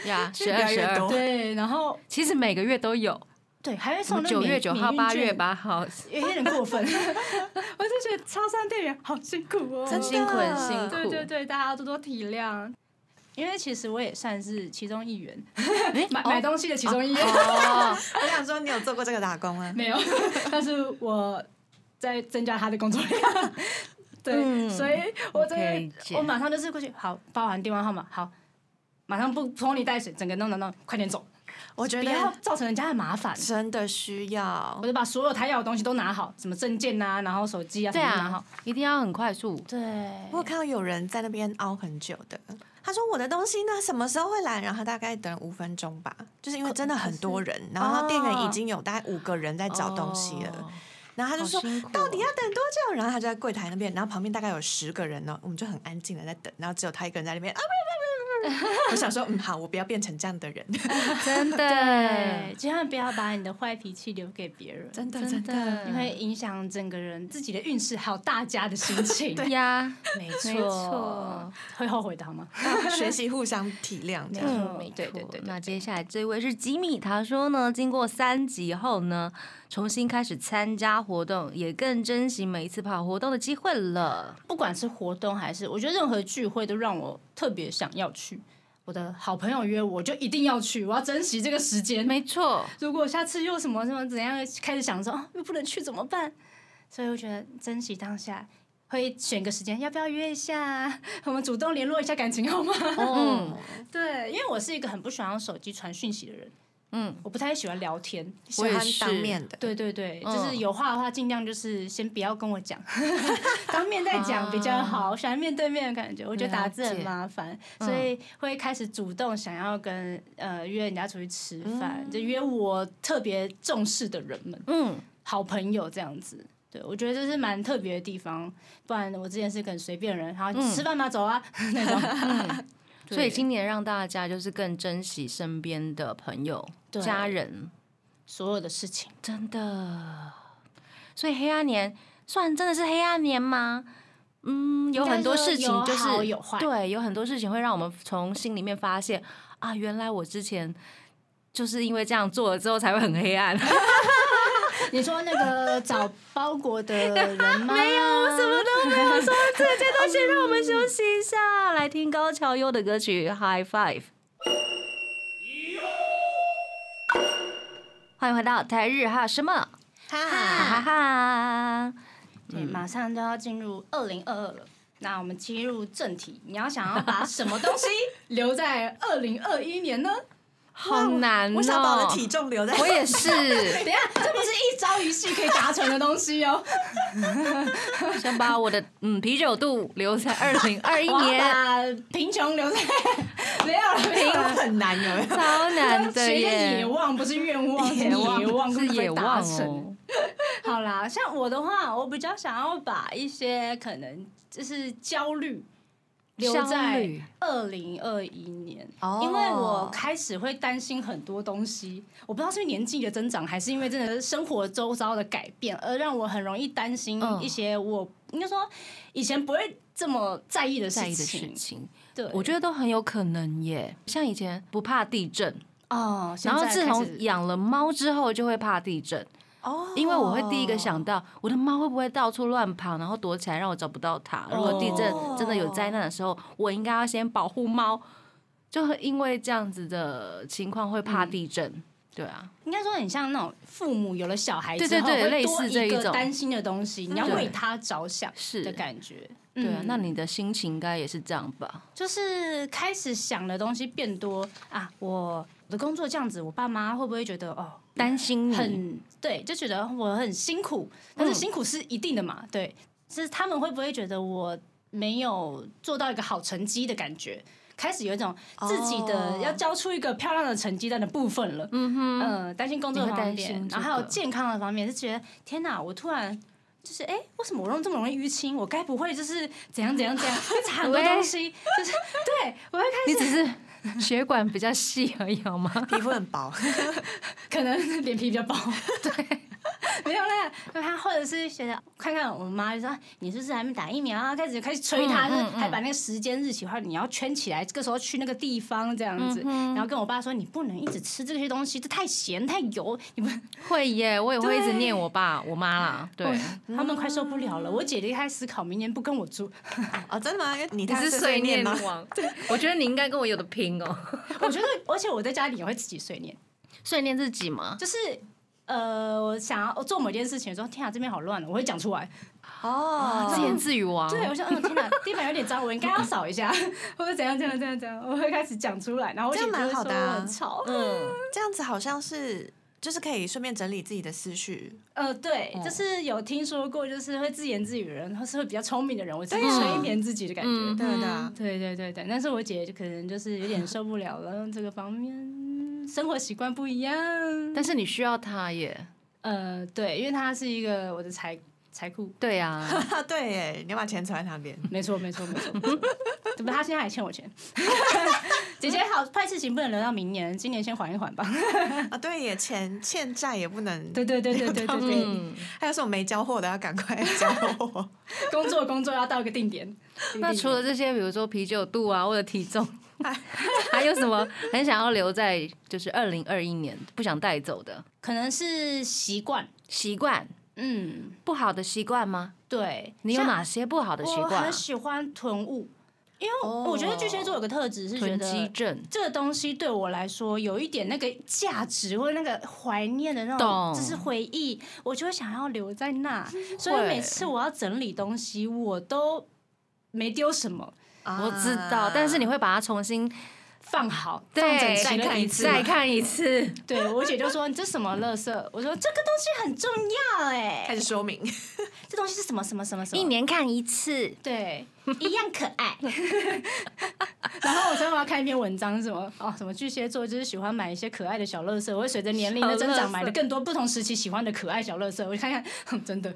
[SPEAKER 2] 呀，
[SPEAKER 3] 是
[SPEAKER 2] 十
[SPEAKER 3] 越
[SPEAKER 2] 二
[SPEAKER 3] 来
[SPEAKER 2] 十
[SPEAKER 3] 越
[SPEAKER 2] 二
[SPEAKER 3] 多，
[SPEAKER 1] 对，然后
[SPEAKER 2] 其实每个月都有，
[SPEAKER 1] 对，还会送哦那个
[SPEAKER 2] 九
[SPEAKER 1] 免
[SPEAKER 2] 月九号、八月，八号，
[SPEAKER 1] 免运券有点过分。 我就觉得超商店员好辛苦哦，
[SPEAKER 2] 很
[SPEAKER 3] 真的
[SPEAKER 2] 辛苦，很辛苦。
[SPEAKER 1] 对对对，大家多多体谅。因为其实我也算是其中一员，哦买买东西的其中一员，
[SPEAKER 2] 哦，
[SPEAKER 3] 我想说，你有做过这个打工吗？
[SPEAKER 1] 没有，但是我在增加他的工作量。 对，
[SPEAKER 2] 嗯
[SPEAKER 1] 所以我真
[SPEAKER 2] 可以理
[SPEAKER 1] 的，
[SPEAKER 2] 解
[SPEAKER 1] 我马上就是过去，好，包含电话号码，好，马上不拖泥带水，整个弄弄弄，快点走，
[SPEAKER 3] 我觉
[SPEAKER 1] 不要
[SPEAKER 3] 得
[SPEAKER 1] 造成人家的麻烦。
[SPEAKER 3] 真的需要
[SPEAKER 1] 我。就把所有他要的东西都拿好，什么证件啊，然后手机啊，什
[SPEAKER 2] 对
[SPEAKER 1] 么都拿
[SPEAKER 2] 啊
[SPEAKER 1] 好。，
[SPEAKER 2] 一定要很快速。
[SPEAKER 1] 对
[SPEAKER 3] 我有看到有人在那边熬很久的，他说我的东西呢什么时候会来？然后他大概等五分钟吧，就是因为真的很多人，然后店员已经有大概五个人在找东西了
[SPEAKER 2] 哦，
[SPEAKER 3] 然后他就说
[SPEAKER 2] 好辛苦哦
[SPEAKER 3] 到底要等多久？然后他就在柜台那边，然后旁边大概有十个人呢，我们就很安静的在等，然后只有他一个人在那边 啊不不不不不，我想说嗯好，我不要变成这样的人，
[SPEAKER 2] 真
[SPEAKER 1] 对，
[SPEAKER 2] 的，
[SPEAKER 1] 千万不要把你的坏脾气留给别人，
[SPEAKER 3] 真的
[SPEAKER 2] 真
[SPEAKER 3] 真的
[SPEAKER 2] 的
[SPEAKER 1] 你会影响整个人自己的运势，还有大家的心情。
[SPEAKER 3] 对
[SPEAKER 2] 呀，
[SPEAKER 1] 没
[SPEAKER 2] 没错，
[SPEAKER 1] 会后悔的好吗？
[SPEAKER 3] 要学习互相体谅这样。
[SPEAKER 1] 嗯对对对对
[SPEAKER 2] 那接下来这位是吉米，他说呢，经过三级后呢，重新开始参加活动，也更珍惜每一次跑活动的机会了。
[SPEAKER 1] 不管是活动还是，我觉得任何聚会都让我特别想要去。我的好朋友约我，我就一定要去，我要珍惜这个时间。
[SPEAKER 2] 没错，
[SPEAKER 1] 如果下次又什么什么怎样，开始想说啊，又不能去怎么办？所以我觉得珍惜当下，会选个时间，要不要约一下 啊？我们主动联络一下感情好吗？
[SPEAKER 2] 嗯，
[SPEAKER 1] 对，因为我是一个很不喜欢用手机传讯息的人，
[SPEAKER 2] 嗯，
[SPEAKER 1] 我不太喜欢聊天。
[SPEAKER 3] 喜
[SPEAKER 2] 我也
[SPEAKER 3] 欢
[SPEAKER 2] 是
[SPEAKER 3] 当面的，
[SPEAKER 1] 对对对，
[SPEAKER 2] 嗯
[SPEAKER 1] 就是有话的话，尽量就是先不要跟我讲， 当面再讲比
[SPEAKER 2] 啊
[SPEAKER 1] 较好。我喜欢面对面的感觉，我觉得打字很麻烦，
[SPEAKER 2] 嗯
[SPEAKER 1] 所以会开始主动想要跟呃约人家出去吃饭，就约我特别重视的人们，
[SPEAKER 2] 嗯，
[SPEAKER 1] 好朋友这样子。对，我觉得这是蛮特别的地方，不然我之前是个很随便的人，然后
[SPEAKER 2] 嗯
[SPEAKER 1] 吃饭吗？走啊 那种。对
[SPEAKER 2] 所以今年让大家就是更珍惜身边的朋友、
[SPEAKER 1] 对
[SPEAKER 2] 家人，
[SPEAKER 1] 所有的事情，
[SPEAKER 2] 真的。所以黑暗年算真的是黑暗年吗？嗯，有很多事情
[SPEAKER 1] 应该
[SPEAKER 2] 就
[SPEAKER 1] 说有好
[SPEAKER 2] 是
[SPEAKER 1] 有坏
[SPEAKER 2] 对，有很多事情会让我们从心里面发现 啊，原来我之前就是因为这样做了之后才会很黑暗。
[SPEAKER 1] 你说那个找包裹的人 吗？没有，
[SPEAKER 2] 什么都没有说，这阶段先让我们休息一下，来听高桥优的歌曲《High Five》。欢迎回到台日哈什么啊哈
[SPEAKER 3] 哈，
[SPEAKER 2] 哈，
[SPEAKER 1] 对，马上就要进入二零二二了。那我们切入正题，你要想要把什么东西留在二零二一年呢？
[SPEAKER 2] 好难哦！
[SPEAKER 3] 我想把我的体重留在
[SPEAKER 2] 我也是
[SPEAKER 1] 等一下，这不是一朝一夕可以达成的东西 哦。
[SPEAKER 2] 想把我的嗯啤酒肚留在二零二一
[SPEAKER 1] 我要
[SPEAKER 2] 年，
[SPEAKER 1] 把贫穷 留在没有了，没有
[SPEAKER 3] 都
[SPEAKER 1] 了。
[SPEAKER 3] 很难，有没有？
[SPEAKER 2] 超难的
[SPEAKER 1] 学一些野
[SPEAKER 2] 耶，
[SPEAKER 1] 望不是愿望， 是野望
[SPEAKER 2] 是
[SPEAKER 1] 根本
[SPEAKER 2] 野
[SPEAKER 1] 不会达
[SPEAKER 2] 望
[SPEAKER 1] 成。
[SPEAKER 2] 哦。
[SPEAKER 1] 好啦，像我的话，我比较想要把一些可能就是焦虑留
[SPEAKER 2] 焦
[SPEAKER 1] 在
[SPEAKER 2] 虑
[SPEAKER 1] 二零二一年，
[SPEAKER 3] 哦
[SPEAKER 1] 因为我开始会担心很多东西，我不知道是因为年纪的增长，还是因为真的是生活周遭的改变，而让我很容易担心
[SPEAKER 2] 嗯
[SPEAKER 1] 一些我应该说以前不会这么在意的事
[SPEAKER 2] 在意的事
[SPEAKER 1] 情。
[SPEAKER 2] 情，
[SPEAKER 1] 对，
[SPEAKER 2] 我觉得都很有可能耶。像以前不怕地震，
[SPEAKER 1] 得哦，现
[SPEAKER 2] 然后
[SPEAKER 1] 在
[SPEAKER 2] 自
[SPEAKER 1] 开
[SPEAKER 2] 从
[SPEAKER 1] 始
[SPEAKER 2] 养了猫之后就会怕地震，
[SPEAKER 3] 哦
[SPEAKER 2] 因为我会第一个想到我的猫会不会到处乱跑，然后躲起来让我找不到它。
[SPEAKER 1] 哦
[SPEAKER 2] 如果地震真的有灾难的时候，我应该要先保护猫。就会因为这样子的情况会
[SPEAKER 1] 嗯
[SPEAKER 2] 怕地震，对啊，
[SPEAKER 1] 应该说很像那种父母有了小孩之
[SPEAKER 2] 对对
[SPEAKER 1] 后
[SPEAKER 2] 对
[SPEAKER 1] 会
[SPEAKER 2] 类
[SPEAKER 1] 多
[SPEAKER 2] 似这一
[SPEAKER 1] 一个
[SPEAKER 2] 种
[SPEAKER 1] 担心的东西，你要
[SPEAKER 2] 对
[SPEAKER 1] 为他着想
[SPEAKER 2] 是
[SPEAKER 1] 的感觉。
[SPEAKER 2] 对啊，
[SPEAKER 1] 嗯
[SPEAKER 2] 那你的心情应该也是这样吧？
[SPEAKER 1] 就是开始想的东西变多啊，我我的工作这样子，我爸妈会不会觉得哦？
[SPEAKER 2] 担心嗯你
[SPEAKER 1] 很对，就觉得我很辛苦，但是辛苦是一定的嘛，对，就是他们会不会觉得我没有做到一个好成绩的感觉？开始有一种自己的
[SPEAKER 3] 哦
[SPEAKER 1] 要交出一个漂亮的成绩单的部分了，嗯哼，呃，担心工作的
[SPEAKER 2] 你会
[SPEAKER 1] 方
[SPEAKER 2] 担心
[SPEAKER 1] 面，
[SPEAKER 2] 这
[SPEAKER 1] 然
[SPEAKER 2] 个
[SPEAKER 1] 后还有健康的方面，是觉得天哪，我突然就是哎、诶为什么我容这么容易淤青？我该不会就是怎样怎 样怎样？就是很多东西，就是对我会开
[SPEAKER 2] 你只是血管比较细而已，好吗？
[SPEAKER 3] 皮肤很薄，
[SPEAKER 1] 可能脸皮比较 薄，对，没有啦。那他或者是觉得看看我妈就说啊你是不是还没打疫苗啊？开始开始催他，
[SPEAKER 2] 嗯
[SPEAKER 1] 就是
[SPEAKER 2] 嗯嗯
[SPEAKER 1] 还把那个时间日期，或者你要圈起来，这个时候去那个地方这样子。
[SPEAKER 2] 嗯
[SPEAKER 1] 然后跟我爸说你不能一直吃这些东西，这太咸太油，你不
[SPEAKER 2] 会耶，我也会一直念我爸我妈啦。对，
[SPEAKER 1] 他们快受不了了。我姐姐开始思考明年不跟我 住，
[SPEAKER 3] 哦，真的吗？因为你
[SPEAKER 2] 你
[SPEAKER 3] 他
[SPEAKER 2] 是
[SPEAKER 3] 碎
[SPEAKER 2] 碎念
[SPEAKER 3] 吗？
[SPEAKER 2] 王，我觉得你应该跟我有的拼哦。
[SPEAKER 1] 我觉得，而且我在家里也会自己碎念，
[SPEAKER 2] 碎念自己吗？
[SPEAKER 1] 就是。呃，我想要我做某件事情的时候，天啊，这边好乱哦，我会讲出来。
[SPEAKER 3] 哦，
[SPEAKER 2] 自言自语王。
[SPEAKER 1] 对，我想，嗯，天哪，地板有点脏，我应该要扫一下，或者怎样怎样怎样怎样，我会开始讲出来，然后我
[SPEAKER 3] 这样
[SPEAKER 1] 姐就
[SPEAKER 3] 蛮
[SPEAKER 1] 会
[SPEAKER 3] 好
[SPEAKER 1] 说
[SPEAKER 3] 的啊
[SPEAKER 1] 我很吵。
[SPEAKER 2] 嗯，
[SPEAKER 3] 这样子好像是就是可以顺便整理自己的思绪，
[SPEAKER 1] 呃，对，
[SPEAKER 3] 哦
[SPEAKER 1] 就是有听说过，就是会自言自语的人，或是会比较聪明的人，我自己
[SPEAKER 3] 啊
[SPEAKER 1] 催眠自己的感
[SPEAKER 2] 嗯
[SPEAKER 1] 觉。
[SPEAKER 3] 对不对啊？
[SPEAKER 1] 对对对对，但是我姐就可能就是有点受不了了， 这个方面生活习惯不一样。
[SPEAKER 2] 但是你需要他耶。
[SPEAKER 1] 呃，对，因为她是一个我的财财库，
[SPEAKER 2] 对啊，
[SPEAKER 3] 啊， 对耶，你要把钱存在那边。
[SPEAKER 1] 没错，没错，没错。没错 怎么他现在还欠我钱？ 姐姐好，坏事情不能留到明年，今年先缓一缓吧。
[SPEAKER 3] 啊，对耶，钱欠债也不能，
[SPEAKER 1] 对对对对 对对对，
[SPEAKER 2] 嗯，
[SPEAKER 3] 还有什么没交货的要赶快交 货。
[SPEAKER 1] 工作工作要到一个定点。
[SPEAKER 2] 那除了这些，比如说啤酒肚啊，或者体 重，还有什么很想要留在就是二零二一年不想带走的
[SPEAKER 1] 可能是习惯，
[SPEAKER 2] 习惯？
[SPEAKER 1] 嗯，
[SPEAKER 2] 不好的习惯吗？
[SPEAKER 1] 对，
[SPEAKER 2] 你有
[SPEAKER 1] 像
[SPEAKER 2] 哪些不好的习
[SPEAKER 1] 我
[SPEAKER 2] 惯啊哦
[SPEAKER 1] 很？喜欢囤物，因为我我觉得巨蟹座有个特质是觉
[SPEAKER 2] 囤积
[SPEAKER 1] 得。
[SPEAKER 2] 症。
[SPEAKER 1] 这个东西对我来说有一点那个价值或者那个怀念的那种，
[SPEAKER 2] 懂
[SPEAKER 1] 就是回忆，我就会想要留在那。所以每次我要整理东西，我都没丢什么，
[SPEAKER 2] 我
[SPEAKER 3] 啊
[SPEAKER 2] 知道，但是你会把它重新
[SPEAKER 1] 放好，
[SPEAKER 2] 对
[SPEAKER 1] 放整齐
[SPEAKER 2] 再
[SPEAKER 1] 了
[SPEAKER 3] 看
[SPEAKER 1] 一
[SPEAKER 3] 一
[SPEAKER 1] 次，
[SPEAKER 2] 再看一次。
[SPEAKER 1] 对我姐就说：“你这什么垃圾？”我说：“这个东西很重要哎、
[SPEAKER 3] 开始说明，
[SPEAKER 1] 这东西是什么什么什么什么？
[SPEAKER 2] 一年看一次，
[SPEAKER 1] 对，一样可爱。 然后我昨天我要看一篇文章，是什么哦，什么巨蟹座就是喜欢买一些可爱的小乐色，我会随着年龄的增
[SPEAKER 2] 小垃
[SPEAKER 1] 长
[SPEAKER 2] 圾
[SPEAKER 1] 买的更多不同时期喜欢的可爱小乐色。我就看看，哼真的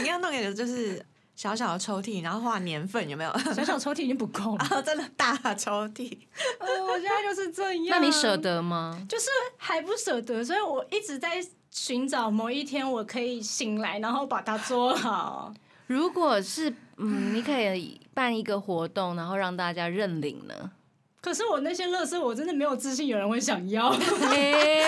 [SPEAKER 3] 你要弄一个就是小小的抽屉，然后画年份，有没有？
[SPEAKER 1] 小小抽屉已经不 够了。
[SPEAKER 3] 啊，真的大抽屉，
[SPEAKER 1] 呃我现在就是这样。
[SPEAKER 2] 那你舍？得吗？
[SPEAKER 1] 就是还不舍得，所以我一直在寻找某一天我可以醒来，然后把它做好。
[SPEAKER 2] 如果是嗯，你可以办一个活动，然后让大家认领呢？
[SPEAKER 1] 可是我那些乐色，我真的没有自信有人会想要，
[SPEAKER 2] 嘿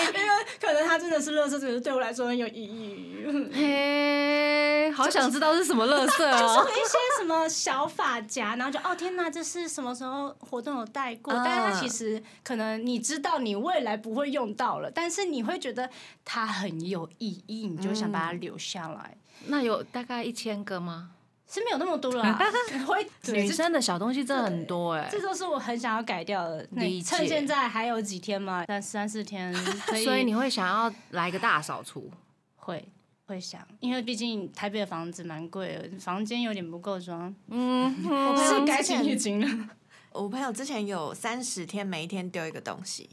[SPEAKER 1] 可能它真的是乐色，只是对我来说很有意义。
[SPEAKER 2] 嘿，好想知道是什么乐色
[SPEAKER 1] 送
[SPEAKER 2] 哦
[SPEAKER 1] 了。一些什么小发夹，然后就哦天哪，这是什么时候活动有带过？
[SPEAKER 2] 嗯
[SPEAKER 1] 但是它其实可能你知道你未来不会用到了，但是你会觉得它很有意义，你就想把它留下来。
[SPEAKER 2] 那有大概一千个吗？
[SPEAKER 1] 是没有那么多啦，会对
[SPEAKER 2] 女
[SPEAKER 1] 这
[SPEAKER 2] 生的小东西真的很多哎、
[SPEAKER 1] 这都是我很想要改掉的。那
[SPEAKER 2] 理解
[SPEAKER 1] 趁现在还有几天嘛，三三四天，所以
[SPEAKER 2] 所以你会想要来个大扫除，
[SPEAKER 1] 会会想，因为毕竟台北的房子蛮贵的，房间有点不够装，
[SPEAKER 3] 我朋
[SPEAKER 1] 是
[SPEAKER 3] 友
[SPEAKER 1] 该
[SPEAKER 3] 之
[SPEAKER 1] 请浴
[SPEAKER 3] 前，
[SPEAKER 1] 巾了。
[SPEAKER 3] 我朋友之前有三十天，每一天丢一个东西，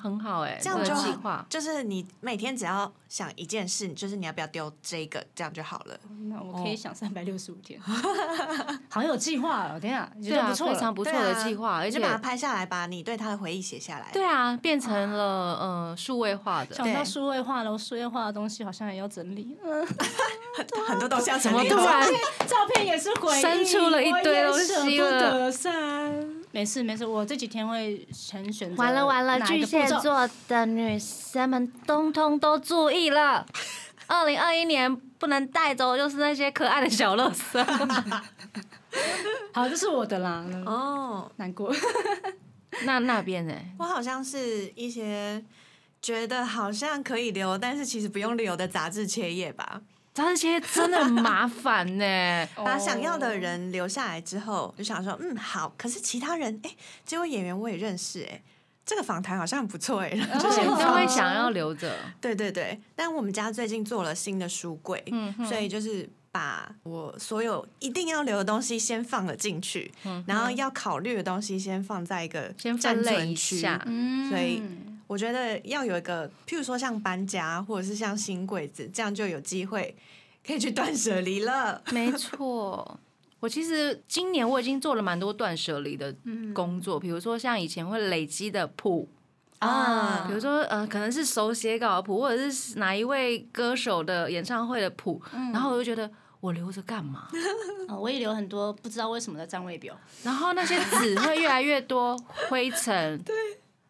[SPEAKER 2] 很好哎、
[SPEAKER 3] 这样
[SPEAKER 2] 个
[SPEAKER 3] 就
[SPEAKER 2] 计
[SPEAKER 3] 好
[SPEAKER 2] 划。
[SPEAKER 3] 就是你每天只要想一件事，就是你要不要丢这个，这样就好了。
[SPEAKER 1] 那我可以想三百六十五天， 好有计划哦！等一下，觉
[SPEAKER 2] 对
[SPEAKER 1] 得
[SPEAKER 2] 啊，
[SPEAKER 1] 不错
[SPEAKER 2] 非常
[SPEAKER 1] 了。
[SPEAKER 2] 不错
[SPEAKER 3] 对
[SPEAKER 2] 的
[SPEAKER 3] 啊
[SPEAKER 2] 计划，而
[SPEAKER 3] 你
[SPEAKER 2] 且
[SPEAKER 3] 就把它拍下来，把你对他的回忆写下来。
[SPEAKER 2] 对啊，变成了呃数位化的，
[SPEAKER 1] 想到
[SPEAKER 3] 对
[SPEAKER 1] 数位化了，我数位化的东西好像也要整理。嗯，
[SPEAKER 3] 很多东西要
[SPEAKER 2] 啊怎
[SPEAKER 3] 整
[SPEAKER 2] 么
[SPEAKER 3] 理
[SPEAKER 2] 突
[SPEAKER 3] 好
[SPEAKER 2] 然
[SPEAKER 1] 照片也是回忆，
[SPEAKER 2] 生出了一堆东西了
[SPEAKER 1] 我也舍不得删。没事没事，我这几天会先选择
[SPEAKER 2] 完了完了，
[SPEAKER 1] 哪
[SPEAKER 2] 巨
[SPEAKER 1] 一个
[SPEAKER 2] 蟹
[SPEAKER 1] 步骤
[SPEAKER 2] 座的女生们通通都注意 了，二零二一年不能带走就是那些可爱的小乐色。
[SPEAKER 1] 好，这是我的啦，嗯
[SPEAKER 3] 哦，
[SPEAKER 1] 难过。
[SPEAKER 2] 那那边呢？
[SPEAKER 3] 我好像是一些觉得好像可以留，但是其实不用留的杂志切页吧。
[SPEAKER 2] 这些真的很麻烦呢。
[SPEAKER 3] 把想要的人留下来之后，就想说，嗯，好。可是其他人，哎、结果演员我也认识、哎，这个访谈好像不错、哎，然后 就
[SPEAKER 2] 就
[SPEAKER 3] 先
[SPEAKER 2] 是
[SPEAKER 3] 放
[SPEAKER 2] 会想要留着，
[SPEAKER 3] 对对对，但我们家最近做了新的书柜，
[SPEAKER 2] 嗯
[SPEAKER 3] 所以就是把我所有一定要留的东西先放了进去，然后要考虑的东西先放在一个
[SPEAKER 2] 嗯先
[SPEAKER 3] 暂
[SPEAKER 2] 分类
[SPEAKER 3] 存
[SPEAKER 2] 一
[SPEAKER 3] 区。
[SPEAKER 2] 下。
[SPEAKER 1] 嗯
[SPEAKER 3] 所以我觉得要有一个，譬如说像搬家，或者是像新柜子，这样就有机会可以去断舍离了。
[SPEAKER 2] 没错。我其实今年我已经做了蛮多断舍离的工作，比如说像以前会累积的谱，
[SPEAKER 3] 啊
[SPEAKER 2] 比如说呃，可能是手写稿的谱，或者是哪一位歌手的演唱会的谱，然后我就觉得我留着干嘛？
[SPEAKER 1] 哦我也留很多不知道为什么的占位表，
[SPEAKER 2] 然后那些纸会越来越多灰 尘，对，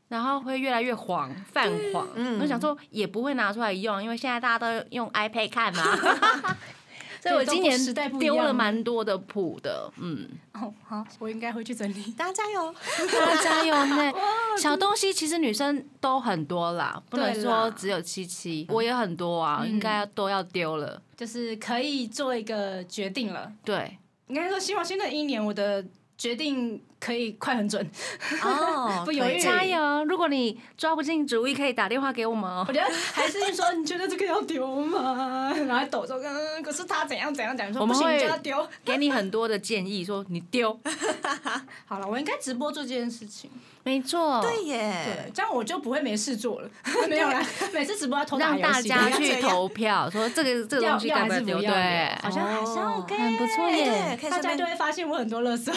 [SPEAKER 2] 然后会越来越黄泛黄。我想说也不会拿出来用，因为现在大家都用 iPad 看嘛。所以我今年
[SPEAKER 1] 对都不时代不一样
[SPEAKER 2] 丢了蛮多的谱的，嗯，
[SPEAKER 1] 哦，好，我应该会去整理。
[SPEAKER 3] 大家加油！
[SPEAKER 2] 大家哦加油 呢！小东西其实女生都很多啦，不能
[SPEAKER 1] 对啦嗯
[SPEAKER 2] 说只有七七，我也很多啊，应该要都要丢了。
[SPEAKER 1] 就是可以做一个决定了。
[SPEAKER 2] 对，
[SPEAKER 1] 应该说，希望新的一年我的决定可以快很 准。
[SPEAKER 3] 哦
[SPEAKER 1] 不犹豫
[SPEAKER 2] 加油！如果你抓不进主意，可以打电话给我们哦
[SPEAKER 1] 我。觉得还是说，你觉得这个要丢吗？ 然后抖着，嗯，可是他怎样怎样讲，说
[SPEAKER 2] 我
[SPEAKER 1] 不
[SPEAKER 2] 们
[SPEAKER 1] 行
[SPEAKER 2] 会
[SPEAKER 1] 就要丢。
[SPEAKER 2] 给你很多的建议，说你丢，
[SPEAKER 1] 好了，我应该直播做这件事情，
[SPEAKER 2] 没错，
[SPEAKER 3] 对耶
[SPEAKER 1] 对，，啊这样我就不会没事做 了。没有啦，每次直播要偷打
[SPEAKER 2] 让
[SPEAKER 1] 游
[SPEAKER 2] 大
[SPEAKER 1] 戏，
[SPEAKER 2] 家去投票，说这 个这个
[SPEAKER 1] 要
[SPEAKER 2] 东西
[SPEAKER 1] 要
[SPEAKER 2] 该不该
[SPEAKER 1] 还是不
[SPEAKER 2] 丢？
[SPEAKER 1] 要？啊
[SPEAKER 2] 对，
[SPEAKER 1] 好像还是 OK，
[SPEAKER 2] 很嗯不错
[SPEAKER 3] 对，
[SPEAKER 2] 耶，
[SPEAKER 3] 可以
[SPEAKER 1] 大
[SPEAKER 3] 顺
[SPEAKER 1] 家
[SPEAKER 3] 便
[SPEAKER 1] 就会发现我很多乐色。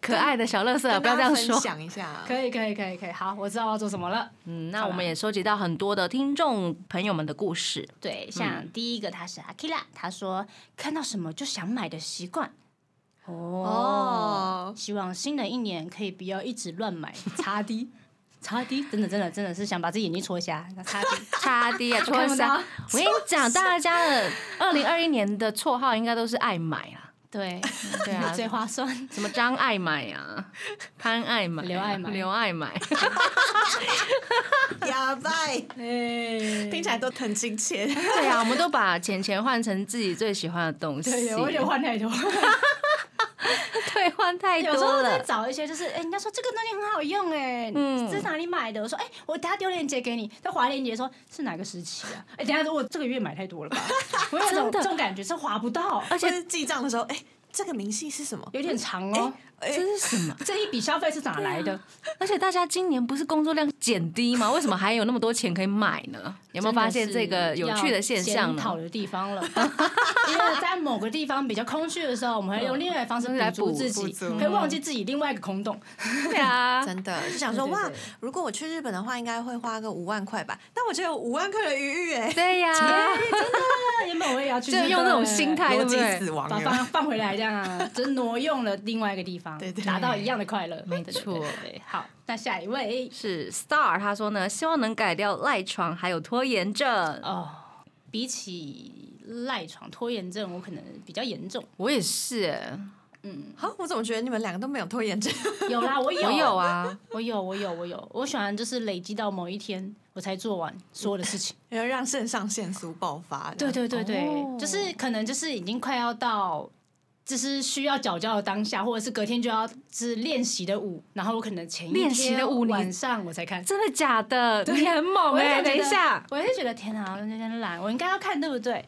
[SPEAKER 2] 可爱的小乐色，
[SPEAKER 3] 跟
[SPEAKER 2] 不要这样
[SPEAKER 3] 大家分
[SPEAKER 2] 说。
[SPEAKER 3] 享一下。
[SPEAKER 1] 可以，可以，可以，可以。好，我知道我要做什么了。
[SPEAKER 2] 嗯，那我们也收集到很多的听众朋友们的故 事，
[SPEAKER 1] 对，像第一个他是阿 k i l a 他说看到什么就想买的习惯。
[SPEAKER 3] 哦
[SPEAKER 1] 希望新的一年可以不要一直乱 买擦滴。擦滴，真的真的真的是想把自己眼睛戳瞎。那擦滴，
[SPEAKER 2] 差啊点
[SPEAKER 1] 我
[SPEAKER 2] 戳
[SPEAKER 1] 看不
[SPEAKER 2] 瞎。
[SPEAKER 1] 到
[SPEAKER 2] 我跟你 讲，大家的二零二一年的绰号应该都是爱买啦，
[SPEAKER 1] 对，
[SPEAKER 2] 对啊
[SPEAKER 1] 最划算。
[SPEAKER 2] 什么张爱买啊，潘爱买啊，
[SPEAKER 1] 刘爱买
[SPEAKER 2] 刘爱 买，
[SPEAKER 3] 哑巴，
[SPEAKER 1] 哎，
[SPEAKER 3] 听起来都很亲切。
[SPEAKER 2] 对啊，我们都把钱钱换成自己最喜欢的东西，
[SPEAKER 1] 对，我有 点换太多。
[SPEAKER 2] 退换太
[SPEAKER 1] 有时候
[SPEAKER 2] 多
[SPEAKER 1] 在
[SPEAKER 2] 了。
[SPEAKER 1] 找一些，就是哎，人家说这个东西很好用，哎，
[SPEAKER 2] 嗯
[SPEAKER 1] 这是哪里买的？我说哎，我等下丢链接给你。他划链接说是哪个时期啊？哎，等下我这个月买太多了吧？ 我有
[SPEAKER 2] 真
[SPEAKER 1] 种
[SPEAKER 2] 的
[SPEAKER 1] 这种感觉，是划不到，
[SPEAKER 2] 而
[SPEAKER 3] 就
[SPEAKER 2] 且
[SPEAKER 3] 是记账的时候，哎、这个明细是什么？
[SPEAKER 1] 有点长哦。
[SPEAKER 3] 哎、
[SPEAKER 2] 这是什么？
[SPEAKER 1] 这一笔消费是哪来的？
[SPEAKER 2] 而且大家今年不是工作量减低吗？为什么还有那么多钱可以买 呢？有没有发现这个有趣的现象
[SPEAKER 1] 讨
[SPEAKER 2] 呢？
[SPEAKER 1] 的地方 了， 因为在某个地方比较空虚的时候，我们会用另外的方式
[SPEAKER 2] 来
[SPEAKER 1] 来
[SPEAKER 2] 补
[SPEAKER 1] 补自
[SPEAKER 3] 补
[SPEAKER 1] 己，
[SPEAKER 3] 足
[SPEAKER 1] 可以忘记自己另外一个空洞。
[SPEAKER 2] 对啊，
[SPEAKER 3] 真的就想说
[SPEAKER 1] 对对
[SPEAKER 3] 哇，如果我去日本的话，应该会花个五万块吧？但我觉得有五万块的余裕哎、
[SPEAKER 2] 对呀、
[SPEAKER 1] 那原本我也要下去，哎
[SPEAKER 2] 就嗯用那种心态
[SPEAKER 3] 逻
[SPEAKER 2] 对不
[SPEAKER 3] 辑
[SPEAKER 2] 对
[SPEAKER 3] 死亡
[SPEAKER 1] 把
[SPEAKER 3] 了，
[SPEAKER 1] 放放回来，这样啊，就是挪用了另外一个地方，
[SPEAKER 3] 对对
[SPEAKER 1] 达到一样的快乐，
[SPEAKER 2] 没
[SPEAKER 1] 对对对
[SPEAKER 2] 错
[SPEAKER 1] 对对好，那下一位
[SPEAKER 2] 是 Star，他说呢，希望能改掉赖床还有拖延症。
[SPEAKER 1] 哦，比起赖床拖延症，我可能比较严重。
[SPEAKER 2] 我也是，
[SPEAKER 3] 好，我怎么觉得你们两个都没有拖延症？
[SPEAKER 1] 有啦，我有，
[SPEAKER 2] 我有啊，
[SPEAKER 1] 我有，我有，我有，我喜欢就是累积到某一天我才做完所有的事情。
[SPEAKER 3] 然后让肾上腺素爆发。
[SPEAKER 1] 对，对对对，
[SPEAKER 2] 哦
[SPEAKER 1] 就是可能就是已经快要到。就是需要缴交的当下，或者是隔天就要是练习的舞，然后我可能前一
[SPEAKER 2] 练习的
[SPEAKER 1] 天
[SPEAKER 2] 舞你
[SPEAKER 1] 晚上我才看，
[SPEAKER 2] 真的假的？你很猛
[SPEAKER 1] 我也
[SPEAKER 2] 哎、
[SPEAKER 1] 觉得
[SPEAKER 2] 等一下，
[SPEAKER 1] 我也觉得天啊，有点懒，我应该要看对不对？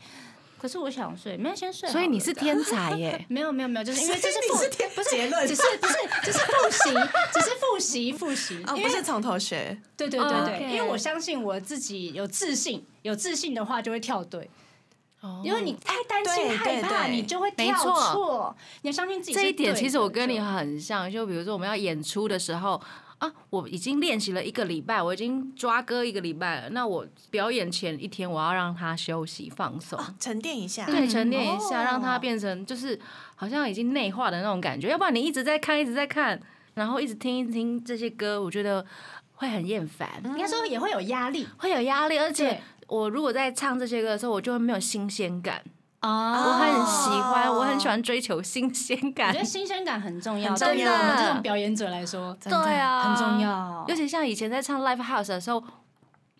[SPEAKER 1] 可是我想睡，没有先睡好了。
[SPEAKER 2] 所以你是天才耶、
[SPEAKER 1] 没有没有没有，就是因为这是
[SPEAKER 3] 你
[SPEAKER 1] 复
[SPEAKER 3] 是天不是结论
[SPEAKER 1] 只是不是，只是复习，只是复习复习。
[SPEAKER 2] 哦
[SPEAKER 3] 啊，
[SPEAKER 1] 因为
[SPEAKER 3] 不是从头学。
[SPEAKER 1] 对对对对，
[SPEAKER 2] OK
[SPEAKER 1] 因为我相信我自己有自信，有自信的话就会跳对。
[SPEAKER 2] 哦
[SPEAKER 1] 因为你太担
[SPEAKER 3] 对
[SPEAKER 1] 心害怕，
[SPEAKER 3] 对对
[SPEAKER 1] 你就会
[SPEAKER 2] 没
[SPEAKER 1] 跳
[SPEAKER 2] 错
[SPEAKER 1] 错。你要相信自己是
[SPEAKER 2] 这一点
[SPEAKER 1] 对
[SPEAKER 2] 其实
[SPEAKER 1] 的
[SPEAKER 2] 我跟你
[SPEAKER 1] 就
[SPEAKER 2] 很像，就比如说我们要演出的时候啊，我已经练习了一个礼拜，我已经抓歌一个礼拜了，那我表演前一天我要让他休息放松。
[SPEAKER 3] 哦沉淀一下，
[SPEAKER 2] 对，沉淀一下，
[SPEAKER 1] 哦
[SPEAKER 2] 让它变成就是好像已经内化的那种感觉，要不然你一直在看，一直在看，然后一直听一听这些歌，我觉得会很厌烦，
[SPEAKER 1] 应该说也会有压力
[SPEAKER 2] 会有压力，而且
[SPEAKER 1] 嗯对
[SPEAKER 2] 我如果在唱这些歌的时候，我就会没有新鲜感。
[SPEAKER 1] 啊
[SPEAKER 2] 我很喜
[SPEAKER 1] 欢。
[SPEAKER 2] 欢，我很喜欢追求新鲜
[SPEAKER 1] 我
[SPEAKER 2] 感
[SPEAKER 1] 觉得，新鲜感很重要，
[SPEAKER 3] 很重
[SPEAKER 1] 对于
[SPEAKER 3] 要
[SPEAKER 1] 我们这种表演者来说，
[SPEAKER 3] 真的
[SPEAKER 2] 对啊
[SPEAKER 1] 很重要
[SPEAKER 2] 尤。其像以前在唱 live house 的时候，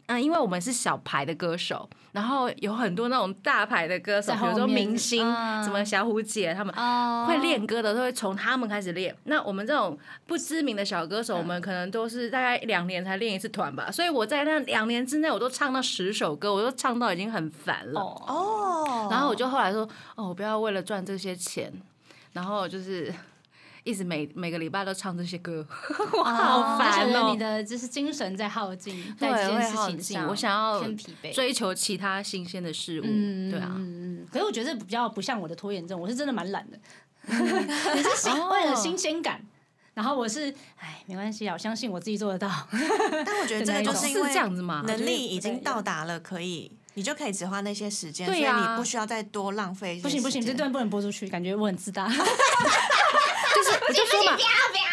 [SPEAKER 2] 嗯，因为我们是小牌的歌手，然后有很多那种大牌的歌手，
[SPEAKER 1] 在
[SPEAKER 2] 比如
[SPEAKER 1] 后
[SPEAKER 2] 说
[SPEAKER 1] 面
[SPEAKER 2] 明星，
[SPEAKER 1] 嗯
[SPEAKER 2] 什么小虎姐他们。
[SPEAKER 1] 哦
[SPEAKER 2] 会练歌的都会从他们开始练。那我们这种不知名的小歌手，我们可能都是大概两年才练一次团吧。所以我在那两年之内，我都唱到十首歌，我都唱到已经很烦了。
[SPEAKER 1] 哦，
[SPEAKER 3] 哦
[SPEAKER 2] 然后我就后来说，哦，我不要为了赚这些钱，然后就是 一直每每个礼拜都唱这些歌，我好烦
[SPEAKER 1] 就觉得
[SPEAKER 2] 哦
[SPEAKER 1] 你。的就是精神在耗尽，
[SPEAKER 2] 对
[SPEAKER 1] 在这件
[SPEAKER 2] 会
[SPEAKER 1] 事
[SPEAKER 2] 耗
[SPEAKER 1] 情
[SPEAKER 2] 尽
[SPEAKER 1] 上，
[SPEAKER 2] 我想要
[SPEAKER 1] 偏疲惫。
[SPEAKER 2] 追求其他新鲜的事物，
[SPEAKER 1] 嗯，
[SPEAKER 2] 对啊，
[SPEAKER 1] 嗯嗯嗯。可是我觉得这比较不像我的拖延症，我是真的蛮懒 的。你是新为了新鲜感，然后我是哎，没关系啊，我相信我自己做得 到。
[SPEAKER 3] 但我觉得这个
[SPEAKER 1] 本来
[SPEAKER 3] 就
[SPEAKER 2] 哦
[SPEAKER 3] 是
[SPEAKER 2] 是
[SPEAKER 3] 因为
[SPEAKER 2] 这样子嘛。
[SPEAKER 3] 能力已
[SPEAKER 1] 我觉得不太一
[SPEAKER 3] 经
[SPEAKER 1] 样
[SPEAKER 3] 到达了，可以，你就可以只花那些时间，所
[SPEAKER 2] 对
[SPEAKER 3] 以
[SPEAKER 2] 啊
[SPEAKER 3] 你不需要再多浪费一些
[SPEAKER 1] 不行不行，
[SPEAKER 3] 时
[SPEAKER 1] 这
[SPEAKER 3] 间。
[SPEAKER 1] 段不能播出去，感觉我很自大。
[SPEAKER 2] 就是我就说嘛，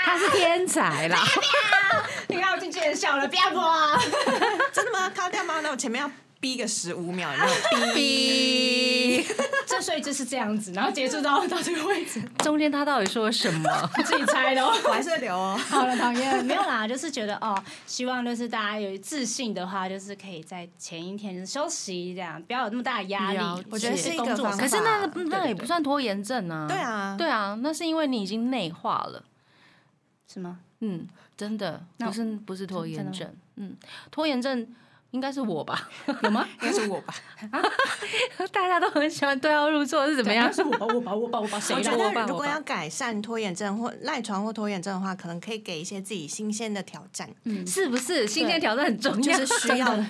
[SPEAKER 2] 他是天才啦。
[SPEAKER 1] 你看我经纪人笑了，不要播啊。
[SPEAKER 3] 真的吗？卡掉吗？那我前面要逼个十五秒，然后
[SPEAKER 2] 哔
[SPEAKER 1] 这所以就是这样子，然后结束到到这个位 置，
[SPEAKER 2] 中间他到底说了什么？
[SPEAKER 1] 自己猜的哦。
[SPEAKER 3] 我还是会留 哦。
[SPEAKER 1] 好了，讨厌，没有啦，就是觉得哦，希望就是大家有自信的话，就是可以在前一天就是休息，这样不要有那么大的压
[SPEAKER 2] 了
[SPEAKER 1] 力
[SPEAKER 2] 解。
[SPEAKER 3] 我觉得是一个
[SPEAKER 1] 工作
[SPEAKER 3] 方
[SPEAKER 1] 上
[SPEAKER 2] 可
[SPEAKER 3] 法
[SPEAKER 2] 是那
[SPEAKER 3] 对
[SPEAKER 2] 那也不算拖延症啊。
[SPEAKER 3] 对，啊，
[SPEAKER 2] 对啊，那是因为你已经内化了。
[SPEAKER 1] 是 吗？
[SPEAKER 2] 嗯，真的
[SPEAKER 1] 那
[SPEAKER 2] 不是不是拖延
[SPEAKER 1] 真的
[SPEAKER 2] 症，嗯，拖延症应该是我吧？
[SPEAKER 1] 有吗？
[SPEAKER 3] 应该是我吧。
[SPEAKER 2] 大家都很喜欢对号入座是怎么样
[SPEAKER 1] 对？是我吧，我吧，我吧，我吧，谁
[SPEAKER 3] 我
[SPEAKER 1] 啦
[SPEAKER 3] 哦觉
[SPEAKER 2] 我
[SPEAKER 3] 得
[SPEAKER 2] 吧
[SPEAKER 3] 如果
[SPEAKER 2] 我吧
[SPEAKER 3] 要改善拖延症或赖床或拖延症的话，可能可以给一些自己新鲜的挑战，
[SPEAKER 2] 是不是新鲜
[SPEAKER 1] 对
[SPEAKER 2] 挑战很重嗯
[SPEAKER 3] 就
[SPEAKER 2] 要？
[SPEAKER 3] 是需要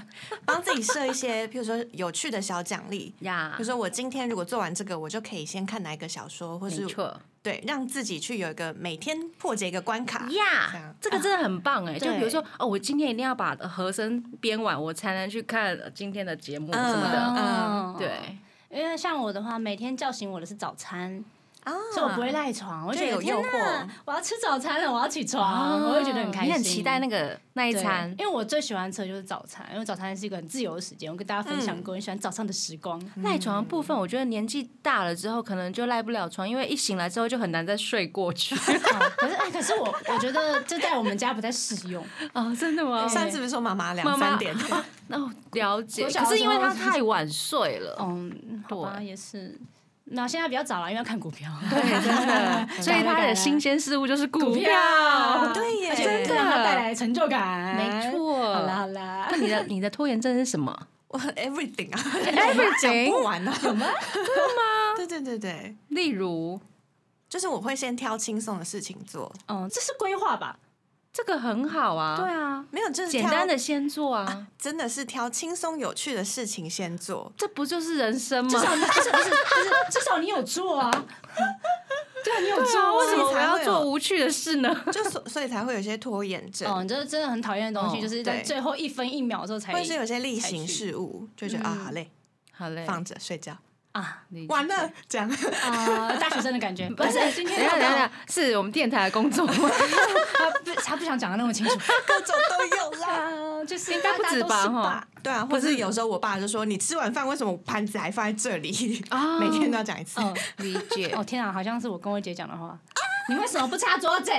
[SPEAKER 3] 帮自己设一些，譬如说有趣的小奖励。
[SPEAKER 2] 呀
[SPEAKER 3] 比如，说，我今天如果做完这个，我就可以先看哪一个小说，或
[SPEAKER 2] 没
[SPEAKER 3] 是
[SPEAKER 2] 错
[SPEAKER 3] 对，让自己去有一个每天破解一个关卡。这
[SPEAKER 2] 呀
[SPEAKER 3] 样，
[SPEAKER 2] 这个真的很棒哎！就比如
[SPEAKER 1] 对
[SPEAKER 2] 说哦，我今天一定要把和声编完，我才能去看呃今天的节目
[SPEAKER 3] 嗯
[SPEAKER 2] 什么的。
[SPEAKER 1] 嗯，
[SPEAKER 2] 对，
[SPEAKER 1] 因为像我的话，每天叫醒我的是早餐，
[SPEAKER 3] 啊，
[SPEAKER 1] 所以我不会赖床，我就觉得
[SPEAKER 3] 就有诱惑
[SPEAKER 1] 天哪我要吃早餐了，我要起床，
[SPEAKER 2] 哦
[SPEAKER 1] 我会觉得很开心，
[SPEAKER 2] 你很期待那个那一
[SPEAKER 1] 对
[SPEAKER 2] 餐
[SPEAKER 1] 因。为我最喜欢吃的就是早餐，因为早餐是一个很自由的时间。我跟大家分享
[SPEAKER 2] 嗯
[SPEAKER 1] 过，我很喜欢早上的时 光。
[SPEAKER 2] 赖床的部分，我觉得年纪大了之后，可能就赖不了床，因为一醒来之后就很难再睡过去。
[SPEAKER 1] 哦可是，哎，可是我我觉得这在我们家不太适 用。
[SPEAKER 2] 哦，真的吗
[SPEAKER 3] 上次不是说妈妈
[SPEAKER 2] 妈
[SPEAKER 3] 两
[SPEAKER 2] 妈
[SPEAKER 3] 三点，
[SPEAKER 2] 哦，了解。
[SPEAKER 1] 我小
[SPEAKER 2] 可是因哦为
[SPEAKER 1] 时
[SPEAKER 2] 他
[SPEAKER 1] 候
[SPEAKER 2] 太晚睡了，
[SPEAKER 1] 嗯，好吧，
[SPEAKER 2] 对
[SPEAKER 1] 也是。那现在比较早了，因为要看股票。
[SPEAKER 2] 对，真的。 所以他的新鲜事物就是股票。
[SPEAKER 3] 对耶
[SPEAKER 1] 而且
[SPEAKER 2] 真的
[SPEAKER 1] 让它带来成就感。
[SPEAKER 2] 没。错。
[SPEAKER 1] 好啦好啦
[SPEAKER 2] 那，你的你的拖延症是什么？哎
[SPEAKER 3] 我 everything 啊
[SPEAKER 2] everything
[SPEAKER 3] 讲不完啊，有 吗？对对对对，
[SPEAKER 2] 例如，
[SPEAKER 3] 就是我会先挑轻松的事情做，
[SPEAKER 1] 嗯，这是规划吧？
[SPEAKER 2] 这个很好啊，
[SPEAKER 1] 对啊，
[SPEAKER 3] 没有，就是
[SPEAKER 2] 简
[SPEAKER 3] 挑
[SPEAKER 2] 单的先做啊，
[SPEAKER 3] 真的是挑轻松有趣的事情先 做。
[SPEAKER 2] 这不就是人生吗？
[SPEAKER 1] 至少你不是不是不是，至少你有做啊。 对啊，你有做
[SPEAKER 2] 对啊
[SPEAKER 1] 啊。
[SPEAKER 2] 为什么我要
[SPEAKER 3] 所以才会
[SPEAKER 2] 做
[SPEAKER 3] 有
[SPEAKER 2] 无趣的事呢？
[SPEAKER 3] 就所所以才会有一些拖延症，
[SPEAKER 1] 哦，你这真的很讨厌的东西，
[SPEAKER 2] 哦
[SPEAKER 1] 就是在
[SPEAKER 3] 对
[SPEAKER 1] 最后一分一秒的时候才嗯
[SPEAKER 3] 或者是有些例行事务，就觉得啊好累，
[SPEAKER 2] 好嘞，
[SPEAKER 3] 放着睡觉。
[SPEAKER 1] 啊
[SPEAKER 5] 理解
[SPEAKER 3] 完了， 这样
[SPEAKER 1] 啊、大学生的感觉，哎不是今
[SPEAKER 5] 等
[SPEAKER 1] 天
[SPEAKER 5] 一下
[SPEAKER 1] 要
[SPEAKER 5] 等一下，等一
[SPEAKER 1] 到
[SPEAKER 5] 下是我们电台的工作吗？
[SPEAKER 1] 他不他不想讲的那么 清楚，
[SPEAKER 3] 各种都有 啦。
[SPEAKER 1] 啊，就是
[SPEAKER 5] 应该不止吧
[SPEAKER 1] 大家都是
[SPEAKER 5] 哈
[SPEAKER 3] 对啊，或者有时候我爸就说：“你吃完饭为什么盘子还放在这 里？”
[SPEAKER 5] 啊
[SPEAKER 3] 每天都要讲一次。
[SPEAKER 1] 嗯，
[SPEAKER 5] 理解
[SPEAKER 1] 哦天啊，好像是我跟我姐讲的话。你为什么不擦桌 子？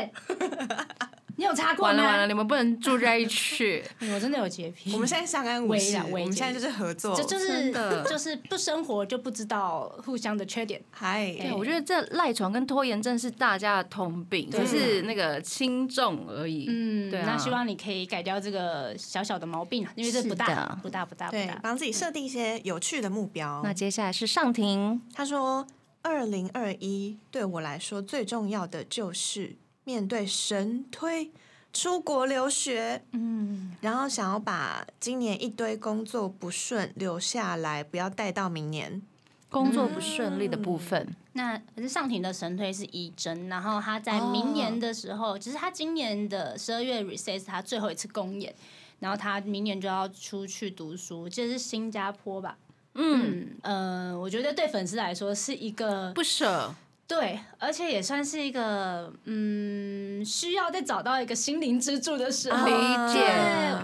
[SPEAKER 1] 你有擦过
[SPEAKER 5] 完
[SPEAKER 1] 吗？
[SPEAKER 5] 了完了，你们不能住在一起。
[SPEAKER 1] 我真的有洁癖。
[SPEAKER 3] 我们现在相安无事，
[SPEAKER 1] 微啦
[SPEAKER 3] 我
[SPEAKER 1] 微
[SPEAKER 3] 们现在就是合作。
[SPEAKER 1] 这就
[SPEAKER 5] 真
[SPEAKER 1] 是
[SPEAKER 5] 的
[SPEAKER 1] 就是不生活就不知道互相的缺点。
[SPEAKER 3] 嗨，
[SPEAKER 1] 对
[SPEAKER 5] 对，我觉得这赖床跟拖延症是大家的通病，
[SPEAKER 3] 对
[SPEAKER 5] 只是那个轻重而已。
[SPEAKER 1] 嗯，
[SPEAKER 5] 对啊
[SPEAKER 1] 那希望你可以改掉这个小小的毛病啊，因为这不
[SPEAKER 2] 是
[SPEAKER 1] 大
[SPEAKER 2] 的
[SPEAKER 1] 不大不大不
[SPEAKER 3] 对，
[SPEAKER 1] 大。
[SPEAKER 3] 帮自己设定一些有趣的目标。
[SPEAKER 2] 那接下来是上庭，
[SPEAKER 3] 他说，二零二一对我来说最重要的就是面对神推出国留学，
[SPEAKER 1] 嗯，
[SPEAKER 3] 然后想要把今年一堆工作不顺留下来，不要带到明年。
[SPEAKER 2] 工作不顺利的部分，
[SPEAKER 1] 那可是上庭的神推是一真，然后他在明年的时候，其实他今年的十二月 recess 他最后一次公演，然后他明年就要出去读书，这是新加坡吧？
[SPEAKER 5] 嗯，
[SPEAKER 1] 嗯，呃，我觉得对粉丝来说是一个
[SPEAKER 5] 不舍，
[SPEAKER 1] 对，而且也算是一个嗯，需要再找到一个心灵支柱的时候，
[SPEAKER 5] 理
[SPEAKER 2] 啊
[SPEAKER 5] 解
[SPEAKER 1] 对，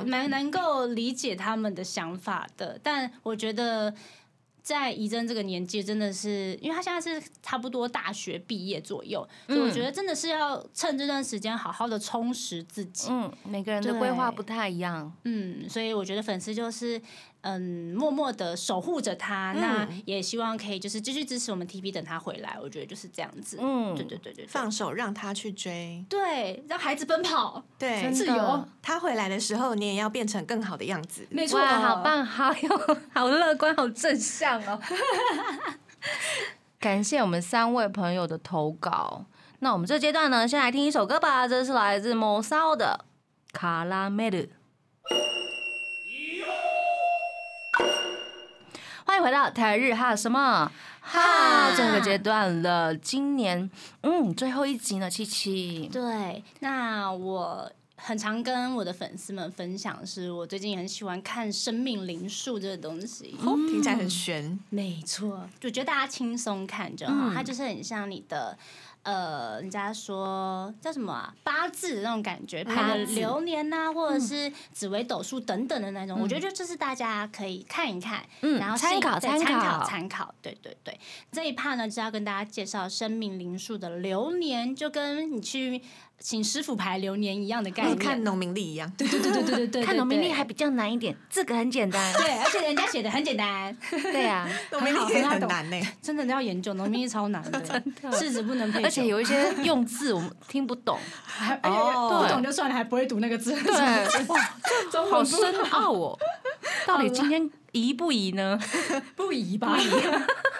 [SPEAKER 2] 嗯
[SPEAKER 1] 蛮能够理解他们的想法的。但我觉得在怡珍这个年纪，真的是因为她现在是差不多大学毕业左右，所以我
[SPEAKER 2] 嗯
[SPEAKER 1] 觉得真的是要趁这段时间好好的充实自己。
[SPEAKER 2] 嗯，每个人的
[SPEAKER 1] 对
[SPEAKER 2] 规划不太一样，
[SPEAKER 1] 嗯，所以我觉得粉丝就是嗯，默默的守护着他，那
[SPEAKER 2] 嗯
[SPEAKER 1] 也希望可以就是继续支持我们 TP，等他回来。我觉得就是这样子。
[SPEAKER 2] 嗯
[SPEAKER 1] 对对对对对，
[SPEAKER 3] 放手让他去追，
[SPEAKER 1] 对，让孩子奔跑，
[SPEAKER 3] 对
[SPEAKER 2] 真
[SPEAKER 1] 自
[SPEAKER 2] 的
[SPEAKER 1] 由，
[SPEAKER 3] 他回来的时候，你也要变成更好的样子。
[SPEAKER 1] 没错，
[SPEAKER 2] 哇，好！棒，好有， 好乐观，好正向哦。感谢我们三位朋友的投稿。那我们这阶段呢，先来听一首歌吧，这是来自 m o s a 的《卡拉梅鲁》。欢迎回到台日哈什么哈这个阶段了。今年嗯最后一集呢，七七
[SPEAKER 1] 对，那我很常跟我的粉丝们分享，是我最近很喜欢看生命灵数这个东西。
[SPEAKER 3] 哦，听起来很悬，
[SPEAKER 1] 没错，就觉得大家轻松看就好，
[SPEAKER 2] 嗯
[SPEAKER 1] 它就是很像你的。呃，人家说叫什么啊、八字的那种感觉，
[SPEAKER 2] 八
[SPEAKER 1] 拍的
[SPEAKER 2] 字嗯
[SPEAKER 1] 流年呐、或者是紫微斗数等等的那种，我觉得就就是大家可以看一看，
[SPEAKER 2] 嗯
[SPEAKER 1] 然后
[SPEAKER 2] 参
[SPEAKER 1] 是
[SPEAKER 2] 考
[SPEAKER 1] 对
[SPEAKER 2] 参
[SPEAKER 1] 参
[SPEAKER 2] 考
[SPEAKER 1] 参考，对对对。这一趴呢，就是要跟大家介绍生命灵数的流年，就跟你去请师傅牌流年一样的概
[SPEAKER 2] 哦
[SPEAKER 3] 跟
[SPEAKER 1] 念。
[SPEAKER 3] 看农民历一样。
[SPEAKER 1] 对对对对对对 对，
[SPEAKER 2] 看
[SPEAKER 1] 对
[SPEAKER 2] 农民历
[SPEAKER 1] 对
[SPEAKER 2] 还比较难一点，这个很简 单。
[SPEAKER 1] 对，而且人家写的很简单，
[SPEAKER 2] 对啊呀、
[SPEAKER 3] 农民
[SPEAKER 1] 很好
[SPEAKER 3] 历
[SPEAKER 1] 很好
[SPEAKER 3] 很
[SPEAKER 1] 懂
[SPEAKER 3] 难呢、
[SPEAKER 1] 真的要研究农民历超 难的，柿子不能配酒，
[SPEAKER 2] 而且有一些用字我们听不懂，
[SPEAKER 1] 还而且
[SPEAKER 3] 哦
[SPEAKER 1] 不懂就算了，还不会读那个字，
[SPEAKER 2] 对，
[SPEAKER 1] 中
[SPEAKER 2] 好
[SPEAKER 1] 文不
[SPEAKER 2] 深奥 哦。到底今天宜不宜呢？
[SPEAKER 1] 不宜吧？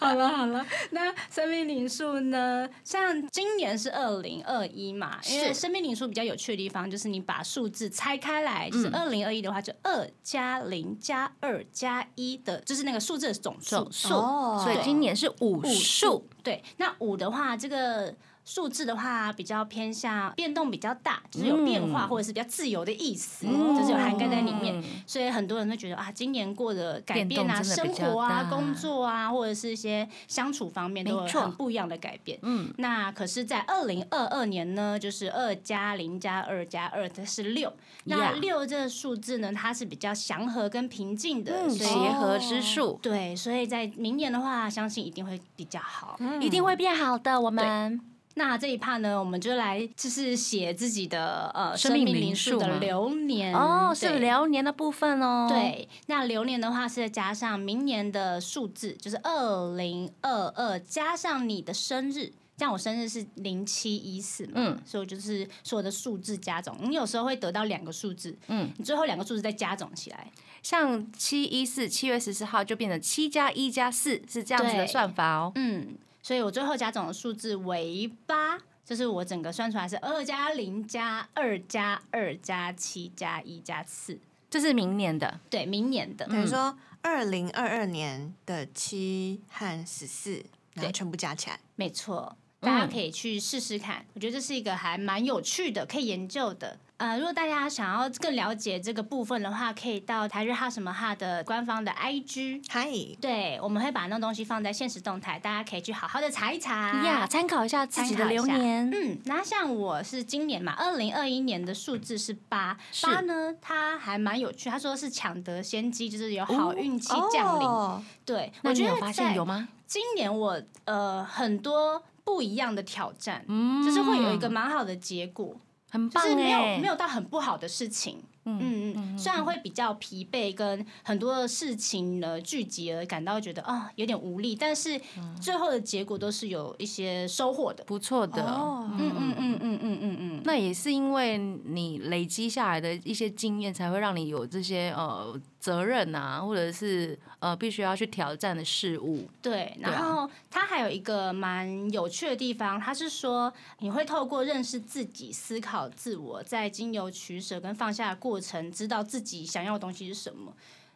[SPEAKER 1] 好了好了，那生命灵数呢？像今年是二零二一嘛，因为
[SPEAKER 2] 是
[SPEAKER 1] 生命灵数比较有趣的地方就是你把数字拆开来，
[SPEAKER 2] 嗯
[SPEAKER 1] 就是二零二一的话，就二加零加二加一的，就是那个数字的总数。
[SPEAKER 2] 总数，
[SPEAKER 3] 哦
[SPEAKER 2] 所以今年是五数，
[SPEAKER 1] 对，那五的话，这个数字的话比较偏向变动比较大，就是有变化、
[SPEAKER 2] 嗯
[SPEAKER 1] 或者是比较自由的意思，
[SPEAKER 2] 嗯
[SPEAKER 1] 就是有涵盖在里面。
[SPEAKER 2] 嗯
[SPEAKER 1] 所以很多人会觉得啊，今年过的改
[SPEAKER 2] 变动
[SPEAKER 1] 变啊，
[SPEAKER 2] 真的
[SPEAKER 1] 生
[SPEAKER 2] 比较
[SPEAKER 1] 活啊、
[SPEAKER 2] 大
[SPEAKER 1] 工作啊，或者是一些相处方面都有
[SPEAKER 2] 没错
[SPEAKER 1] 很不一样的改变。
[SPEAKER 2] 嗯，
[SPEAKER 1] 那可是，在二零二二年呢，就是二加零加二加二，这是六。那
[SPEAKER 2] Yeah
[SPEAKER 1] 六这个数字呢，它是比较祥和跟平静的，
[SPEAKER 2] 嗯
[SPEAKER 1] 所以哦
[SPEAKER 2] 协和之数
[SPEAKER 1] 对，所以在明年的话，相信一定会比较好。
[SPEAKER 2] 一定会变好的。我们
[SPEAKER 1] 那这一趴呢，我们就来就是写自己的呃
[SPEAKER 2] 生
[SPEAKER 1] 生
[SPEAKER 2] 命
[SPEAKER 1] 命
[SPEAKER 2] 灵
[SPEAKER 1] 灵
[SPEAKER 2] 数
[SPEAKER 1] 数
[SPEAKER 2] 吗
[SPEAKER 1] 的流年
[SPEAKER 2] 哦，
[SPEAKER 1] 对
[SPEAKER 2] 是流年的部分哦。，
[SPEAKER 1] 对，那流年的话是加上明年的数字，就是二零二二加上你的生日。像我生日是零七一四嘛，
[SPEAKER 2] 嗯
[SPEAKER 1] 所以我就是所有的数字加总，你有时候会得到两个数字，
[SPEAKER 2] 嗯，
[SPEAKER 1] 你最后两个数字再加总起来，
[SPEAKER 2] 像七一四，七月十四号就变成七加一加四，是这样子的
[SPEAKER 1] 对
[SPEAKER 2] 算法哦。
[SPEAKER 1] 嗯，所以我最后加总的数字为八，就是我整个算出来是二加零加二加二加七加一加四，
[SPEAKER 2] 这是明年的，
[SPEAKER 1] 对，明年的，
[SPEAKER 2] 嗯
[SPEAKER 3] 等于说，二零二二年的七和十四，然后
[SPEAKER 1] 对
[SPEAKER 3] 全部加起来，
[SPEAKER 1] 没错。
[SPEAKER 4] 嗯
[SPEAKER 1] 大家可以去试试看。我觉得这是一个还蛮有趣的，可以研究的。呃，如果大家想要更了解这个部分的话，可以到台日哈什么哈的官方的 IG，
[SPEAKER 3] 嗨，
[SPEAKER 1] 对，我们会把那东西放在现实动态，大家可以去好好的查一查。
[SPEAKER 4] 呀，参考一下自己的流
[SPEAKER 1] 参考一
[SPEAKER 4] 年，
[SPEAKER 1] 嗯，那像我是今年嘛，二零二一年的数字是八，
[SPEAKER 4] 是
[SPEAKER 1] 八呢，它还蛮有趣。他说是抢得先机，就是有好运气降临。
[SPEAKER 3] 哦
[SPEAKER 1] 对，
[SPEAKER 4] 那
[SPEAKER 1] 我
[SPEAKER 4] 你
[SPEAKER 1] 觉得
[SPEAKER 4] 有发现
[SPEAKER 1] 在
[SPEAKER 4] 有吗？
[SPEAKER 1] 今年我呃很多不一样的挑战，
[SPEAKER 2] 嗯
[SPEAKER 1] 就是会有一个蛮好的结果，
[SPEAKER 4] 很
[SPEAKER 1] 就
[SPEAKER 4] 棒
[SPEAKER 1] 是
[SPEAKER 2] 欸
[SPEAKER 1] 没有
[SPEAKER 4] 哎
[SPEAKER 1] 没，有到很不好的事情。欸嗯嗯，虽然会比较疲惫，跟很多的事情呢聚集而感到觉得啊、有点无力，但是最后的结果都是有一些收获的。
[SPEAKER 2] 不错的。
[SPEAKER 3] 哦，
[SPEAKER 1] 嗯嗯嗯嗯嗯嗯嗯。
[SPEAKER 2] 那也是因为你累积下来的一些经验，才会让你有这些呃责任啊，或者是呃必须要去挑战的事物。
[SPEAKER 1] 对，
[SPEAKER 2] 对
[SPEAKER 1] 然
[SPEAKER 2] 啊
[SPEAKER 1] 后它还有一个蛮有趣的地方，它是说你会透过认识自己、思考自我，在经由取舍跟放下的过程，知道自己想要的东西是什么。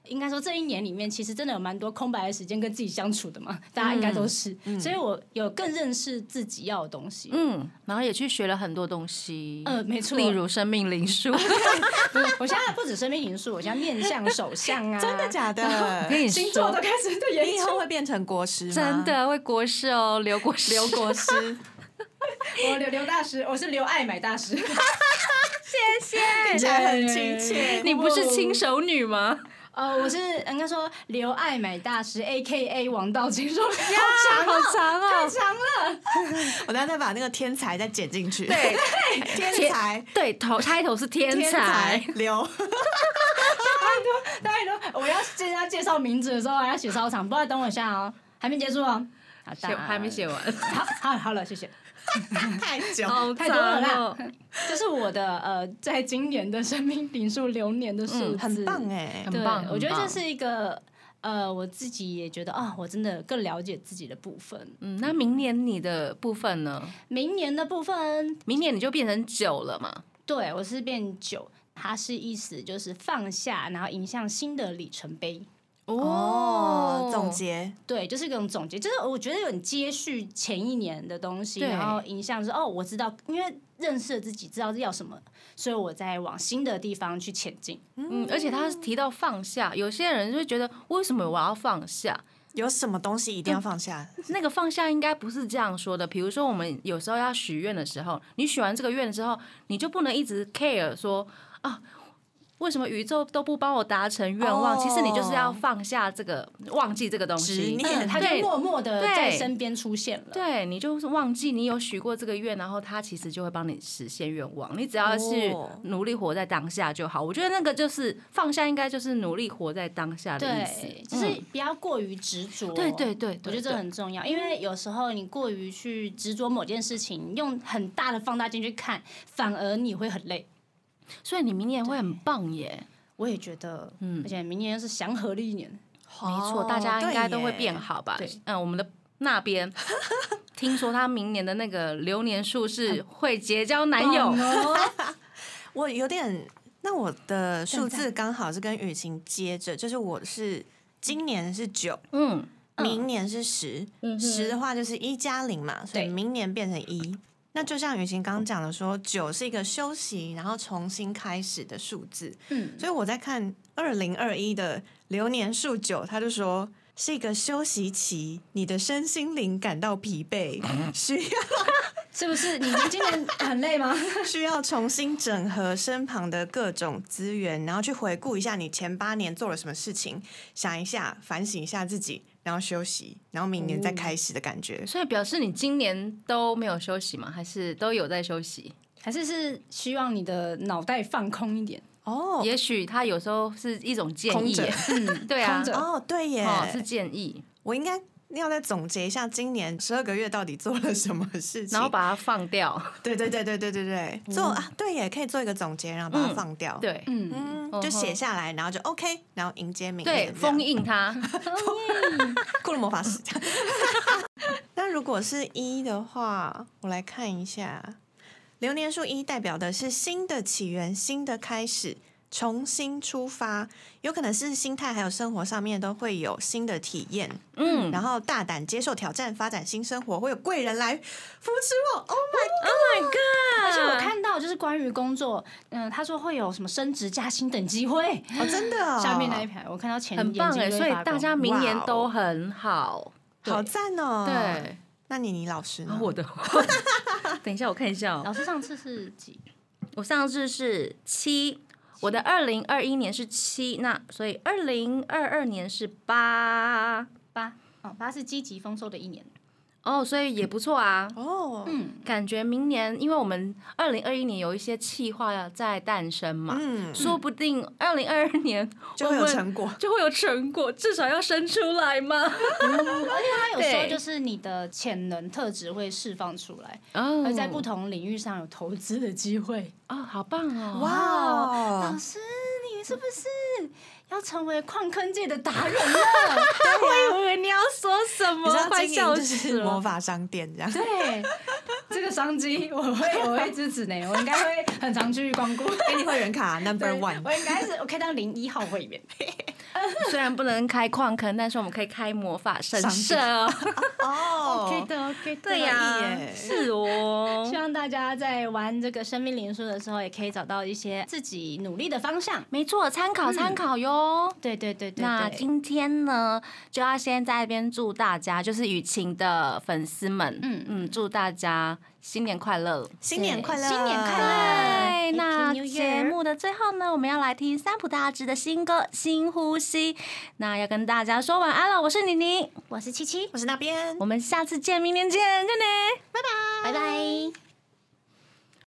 [SPEAKER 1] 应该说这一年里面，其实真的有蛮多空白的时间跟自己相处的嘛，大家应该都是，所以我有更认识自己要的东西。嗯，
[SPEAKER 2] 嗯，然后也去学了很多东西，
[SPEAKER 1] 呃，没错。
[SPEAKER 2] 例如生命灵 数。
[SPEAKER 1] 我现在不止生命因素，我现在面 相、手相啊，
[SPEAKER 3] 真的假 的？
[SPEAKER 2] 跟你
[SPEAKER 1] 星座
[SPEAKER 2] 说
[SPEAKER 1] 都，开始 在
[SPEAKER 3] 你
[SPEAKER 1] 研
[SPEAKER 3] 以
[SPEAKER 1] 究
[SPEAKER 3] 后会变成国师吗？
[SPEAKER 2] 真，的会国师哦，刘国师，
[SPEAKER 3] 刘国 师，
[SPEAKER 1] 我刘刘大师，我是刘爱买大师，
[SPEAKER 3] 听起来很亲 切。
[SPEAKER 2] 你不是亲手女吗？
[SPEAKER 1] 呃，我是应该说刘爱美大师 A K A 王道禽 兽，好长哦，
[SPEAKER 2] 好长
[SPEAKER 1] 太
[SPEAKER 2] 哦，
[SPEAKER 1] 长了。
[SPEAKER 3] 我待会再把那个天才再剪进去。
[SPEAKER 2] 对，
[SPEAKER 3] 天才，
[SPEAKER 2] 对，头开头是天
[SPEAKER 3] 天才
[SPEAKER 2] 才，
[SPEAKER 3] 刘，
[SPEAKER 1] 大家都我要介绍介绍名字的时候还要写超长，不然等我一下哦，还没结束哦。好
[SPEAKER 2] 写还没，写完，
[SPEAKER 1] 答案好，好，好了，谢谢。
[SPEAKER 3] 太久。
[SPEAKER 2] 好
[SPEAKER 1] 太多了啦
[SPEAKER 2] 长哦。
[SPEAKER 1] 这是我的呃，在今年的生命领数流年的数字，
[SPEAKER 3] 很棒哎、
[SPEAKER 2] 嗯很
[SPEAKER 1] 对
[SPEAKER 2] 棒，
[SPEAKER 1] 我觉得
[SPEAKER 2] 很
[SPEAKER 1] 这
[SPEAKER 2] 棒
[SPEAKER 1] 是一个呃，我自己也觉得啊、我真的更了解自己的部分。
[SPEAKER 2] 嗯，那明年你的部分呢？
[SPEAKER 1] 明年的部分，
[SPEAKER 2] 明年你就变成九了嘛？
[SPEAKER 1] 对我是变九，它是意思就是放下，然后迎向新的里程碑。
[SPEAKER 3] 哦，总结
[SPEAKER 1] 对，就是各种总结，就是我觉得有点接续前一年的东西，
[SPEAKER 2] 对
[SPEAKER 1] 然后影响是哦，我知道，因为认识了自己，知道要什么，所以我在往新的地方去前进。
[SPEAKER 2] 嗯，而且他提到放下，有些人就会觉得为什么我要放下？
[SPEAKER 3] 有什么东西一定要放下？
[SPEAKER 2] 那个放下应该不是这样说的。比如说，我们有时候要许愿的时候，你许完这个愿之后，你就不能一直 care 说啊，为什么宇宙都不帮我达成愿望？
[SPEAKER 3] 哦
[SPEAKER 2] 其实你就是要放下这个，忘记这个东
[SPEAKER 3] 执
[SPEAKER 2] 西。
[SPEAKER 1] 嗯，
[SPEAKER 3] 念
[SPEAKER 1] 他就
[SPEAKER 2] 对
[SPEAKER 1] 默默的在
[SPEAKER 2] 对
[SPEAKER 1] 身边出现了。
[SPEAKER 2] 对你就是忘记你有许过这个愿，然后他其实就会帮你实现愿望。你只要是
[SPEAKER 3] 哦
[SPEAKER 2] 努力活在当下就好。我觉得那个就是放下，应该就是努力活在当下的意思嗯
[SPEAKER 1] 对，。就是不要过于执着。
[SPEAKER 2] 对对对，
[SPEAKER 1] 我觉得这很重要，因为有时候你过于去执着某件事情，用很大的放大镜去看，反而你会很累。
[SPEAKER 2] 所以你明年会很棒耶。
[SPEAKER 1] 我也觉得，嗯，而且明年又是祥和的一年，
[SPEAKER 2] 没错，
[SPEAKER 3] 哦
[SPEAKER 2] 大家应该都会变
[SPEAKER 3] 好。
[SPEAKER 2] 好吧
[SPEAKER 1] 对？
[SPEAKER 2] 嗯，我们的那边听说他明年的那个流年数是会结交男友
[SPEAKER 1] 棒，哦
[SPEAKER 3] 我有点，那我的数字刚好是跟雨晴接着，就是我是今年是九，
[SPEAKER 2] 嗯，
[SPEAKER 3] 明年是十、十的话就是一加零嘛，所以
[SPEAKER 1] 对
[SPEAKER 3] 明年变成一。那就像雨晴刚刚讲的说，九是一个休息，然后重新开始的数字。
[SPEAKER 1] 嗯，
[SPEAKER 3] 所以我在看二零二一的流年数九，他就说是一个休息期，你的身心灵感到疲惫，需要
[SPEAKER 1] 是不是？你们今 年很累吗？
[SPEAKER 3] 需要重新整合身旁的各种资源，然后去回顾一下你前八年做了什么事情，想一下，反省一下自己，然后休息，然后明年再开始的感觉。
[SPEAKER 2] 所以表示你今年都没有休息吗？还是都有在休息？
[SPEAKER 1] 还是是希望你的脑袋放空一点？
[SPEAKER 3] 哦
[SPEAKER 2] 也许他有时候是一种建
[SPEAKER 3] 空
[SPEAKER 2] 议
[SPEAKER 3] 着
[SPEAKER 2] 耶，嗯，对啊
[SPEAKER 1] 空，着
[SPEAKER 3] 哦，对耶，
[SPEAKER 2] 哦，是建议，
[SPEAKER 3] 我应该要再总结一下今年十二个月到底做了什么事情，
[SPEAKER 2] 然后把它放掉，
[SPEAKER 3] 对对对对对对对，做啊，对耶，可以做一个总结，然后把它
[SPEAKER 2] 嗯
[SPEAKER 3] 放掉。
[SPEAKER 2] 对
[SPEAKER 1] 嗯，
[SPEAKER 3] 嗯，
[SPEAKER 2] 嗯
[SPEAKER 3] 就写
[SPEAKER 2] 哼
[SPEAKER 3] 下来，然后就 OK，然后迎接明年这
[SPEAKER 2] 对，
[SPEAKER 3] 样。
[SPEAKER 2] 封印它，
[SPEAKER 3] 库洛魔法师。 那如果是一的话，我来看一下，流年数一代表的是新的起源、新的开始，重新出发，有可能是心态还有生活上面都会有新的体验，
[SPEAKER 2] 嗯，
[SPEAKER 3] 然后大胆接受挑战，发展新生活，会有贵人来扶持我。Oh my god！
[SPEAKER 1] 而且我看到就是关于工作，嗯、他说会有什么升职加薪等机会，
[SPEAKER 3] 哦，真的、哦，
[SPEAKER 1] 下面那一排我看到前
[SPEAKER 2] 很棒哎，
[SPEAKER 1] 哎，
[SPEAKER 2] 所以大家明年
[SPEAKER 3] 哇哦
[SPEAKER 2] 都很好。
[SPEAKER 1] 对
[SPEAKER 3] 好赞哦。，
[SPEAKER 2] 对，
[SPEAKER 3] 那你你老师呢？
[SPEAKER 2] 啊我的， 等一下我看一下哦，
[SPEAKER 1] 老师上次是几？
[SPEAKER 2] 我上次是七，我的二零二一年是七，那所以二零二二年是八，
[SPEAKER 1] 八哦，八是积极丰收的一 年。
[SPEAKER 2] 哦，所以也不错 啊。
[SPEAKER 3] 哦，
[SPEAKER 1] 嗯，
[SPEAKER 2] 感觉明年，因为我们二零二一年有一些企划要在诞生嘛，
[SPEAKER 3] 嗯，
[SPEAKER 2] 说不定二零二二年
[SPEAKER 3] 就会有 成果。
[SPEAKER 2] 就会有成果，至少要生出来嘛。
[SPEAKER 1] 他有时候
[SPEAKER 2] 对
[SPEAKER 1] 就是你的潜能特质会释放出来，
[SPEAKER 2] 哦
[SPEAKER 1] 而在不同领域上有投资的机会。
[SPEAKER 2] 哦，好棒哦！
[SPEAKER 3] 哇
[SPEAKER 1] 老
[SPEAKER 3] 哦，
[SPEAKER 1] 师，你是不是要成为矿坑界的达人了？
[SPEAKER 2] 我以为你要说什
[SPEAKER 3] 啊你知道
[SPEAKER 2] 么，快
[SPEAKER 3] 经
[SPEAKER 2] 笑
[SPEAKER 3] 营就
[SPEAKER 2] 死
[SPEAKER 3] 是魔
[SPEAKER 2] 了。
[SPEAKER 3] 法商店这样。
[SPEAKER 1] 对，这个商机 我会我会支持呢，我应该会很常去光顾。
[SPEAKER 3] 给你会员卡 number
[SPEAKER 1] 对
[SPEAKER 3] one，
[SPEAKER 1] 我应该是我可以当零一号会 员。
[SPEAKER 2] 虽然不能开矿坑，但是我们可以开魔法神社哦。
[SPEAKER 3] 哦
[SPEAKER 1] OK 的，OK 的。
[SPEAKER 2] 对呀、
[SPEAKER 3] 可以耶
[SPEAKER 2] 是 哦
[SPEAKER 1] 希。望大家在玩这个生命灵数的时候，也可以找到一些自己努力的方向。
[SPEAKER 2] 没错，参考参考哟。
[SPEAKER 1] 对对嗯对对
[SPEAKER 2] 那
[SPEAKER 1] 对，
[SPEAKER 2] 今天呢，就要先在这边祝大家，就是雨晴的粉丝们，嗯
[SPEAKER 1] 嗯
[SPEAKER 2] 嗯，祝大家新年快乐。
[SPEAKER 3] 新年快乐，
[SPEAKER 1] 新年快
[SPEAKER 2] 对，
[SPEAKER 1] 乐 Happy
[SPEAKER 2] 那
[SPEAKER 1] New Year
[SPEAKER 2] 节目的最后呢，我们要来听三浦大知的新歌《新呼吸》。那要跟大家说晚安了，我是妮妮，
[SPEAKER 1] 我是七七，
[SPEAKER 3] 我是那边，
[SPEAKER 2] 我们下次见，明年见，就你。
[SPEAKER 1] 拜拜。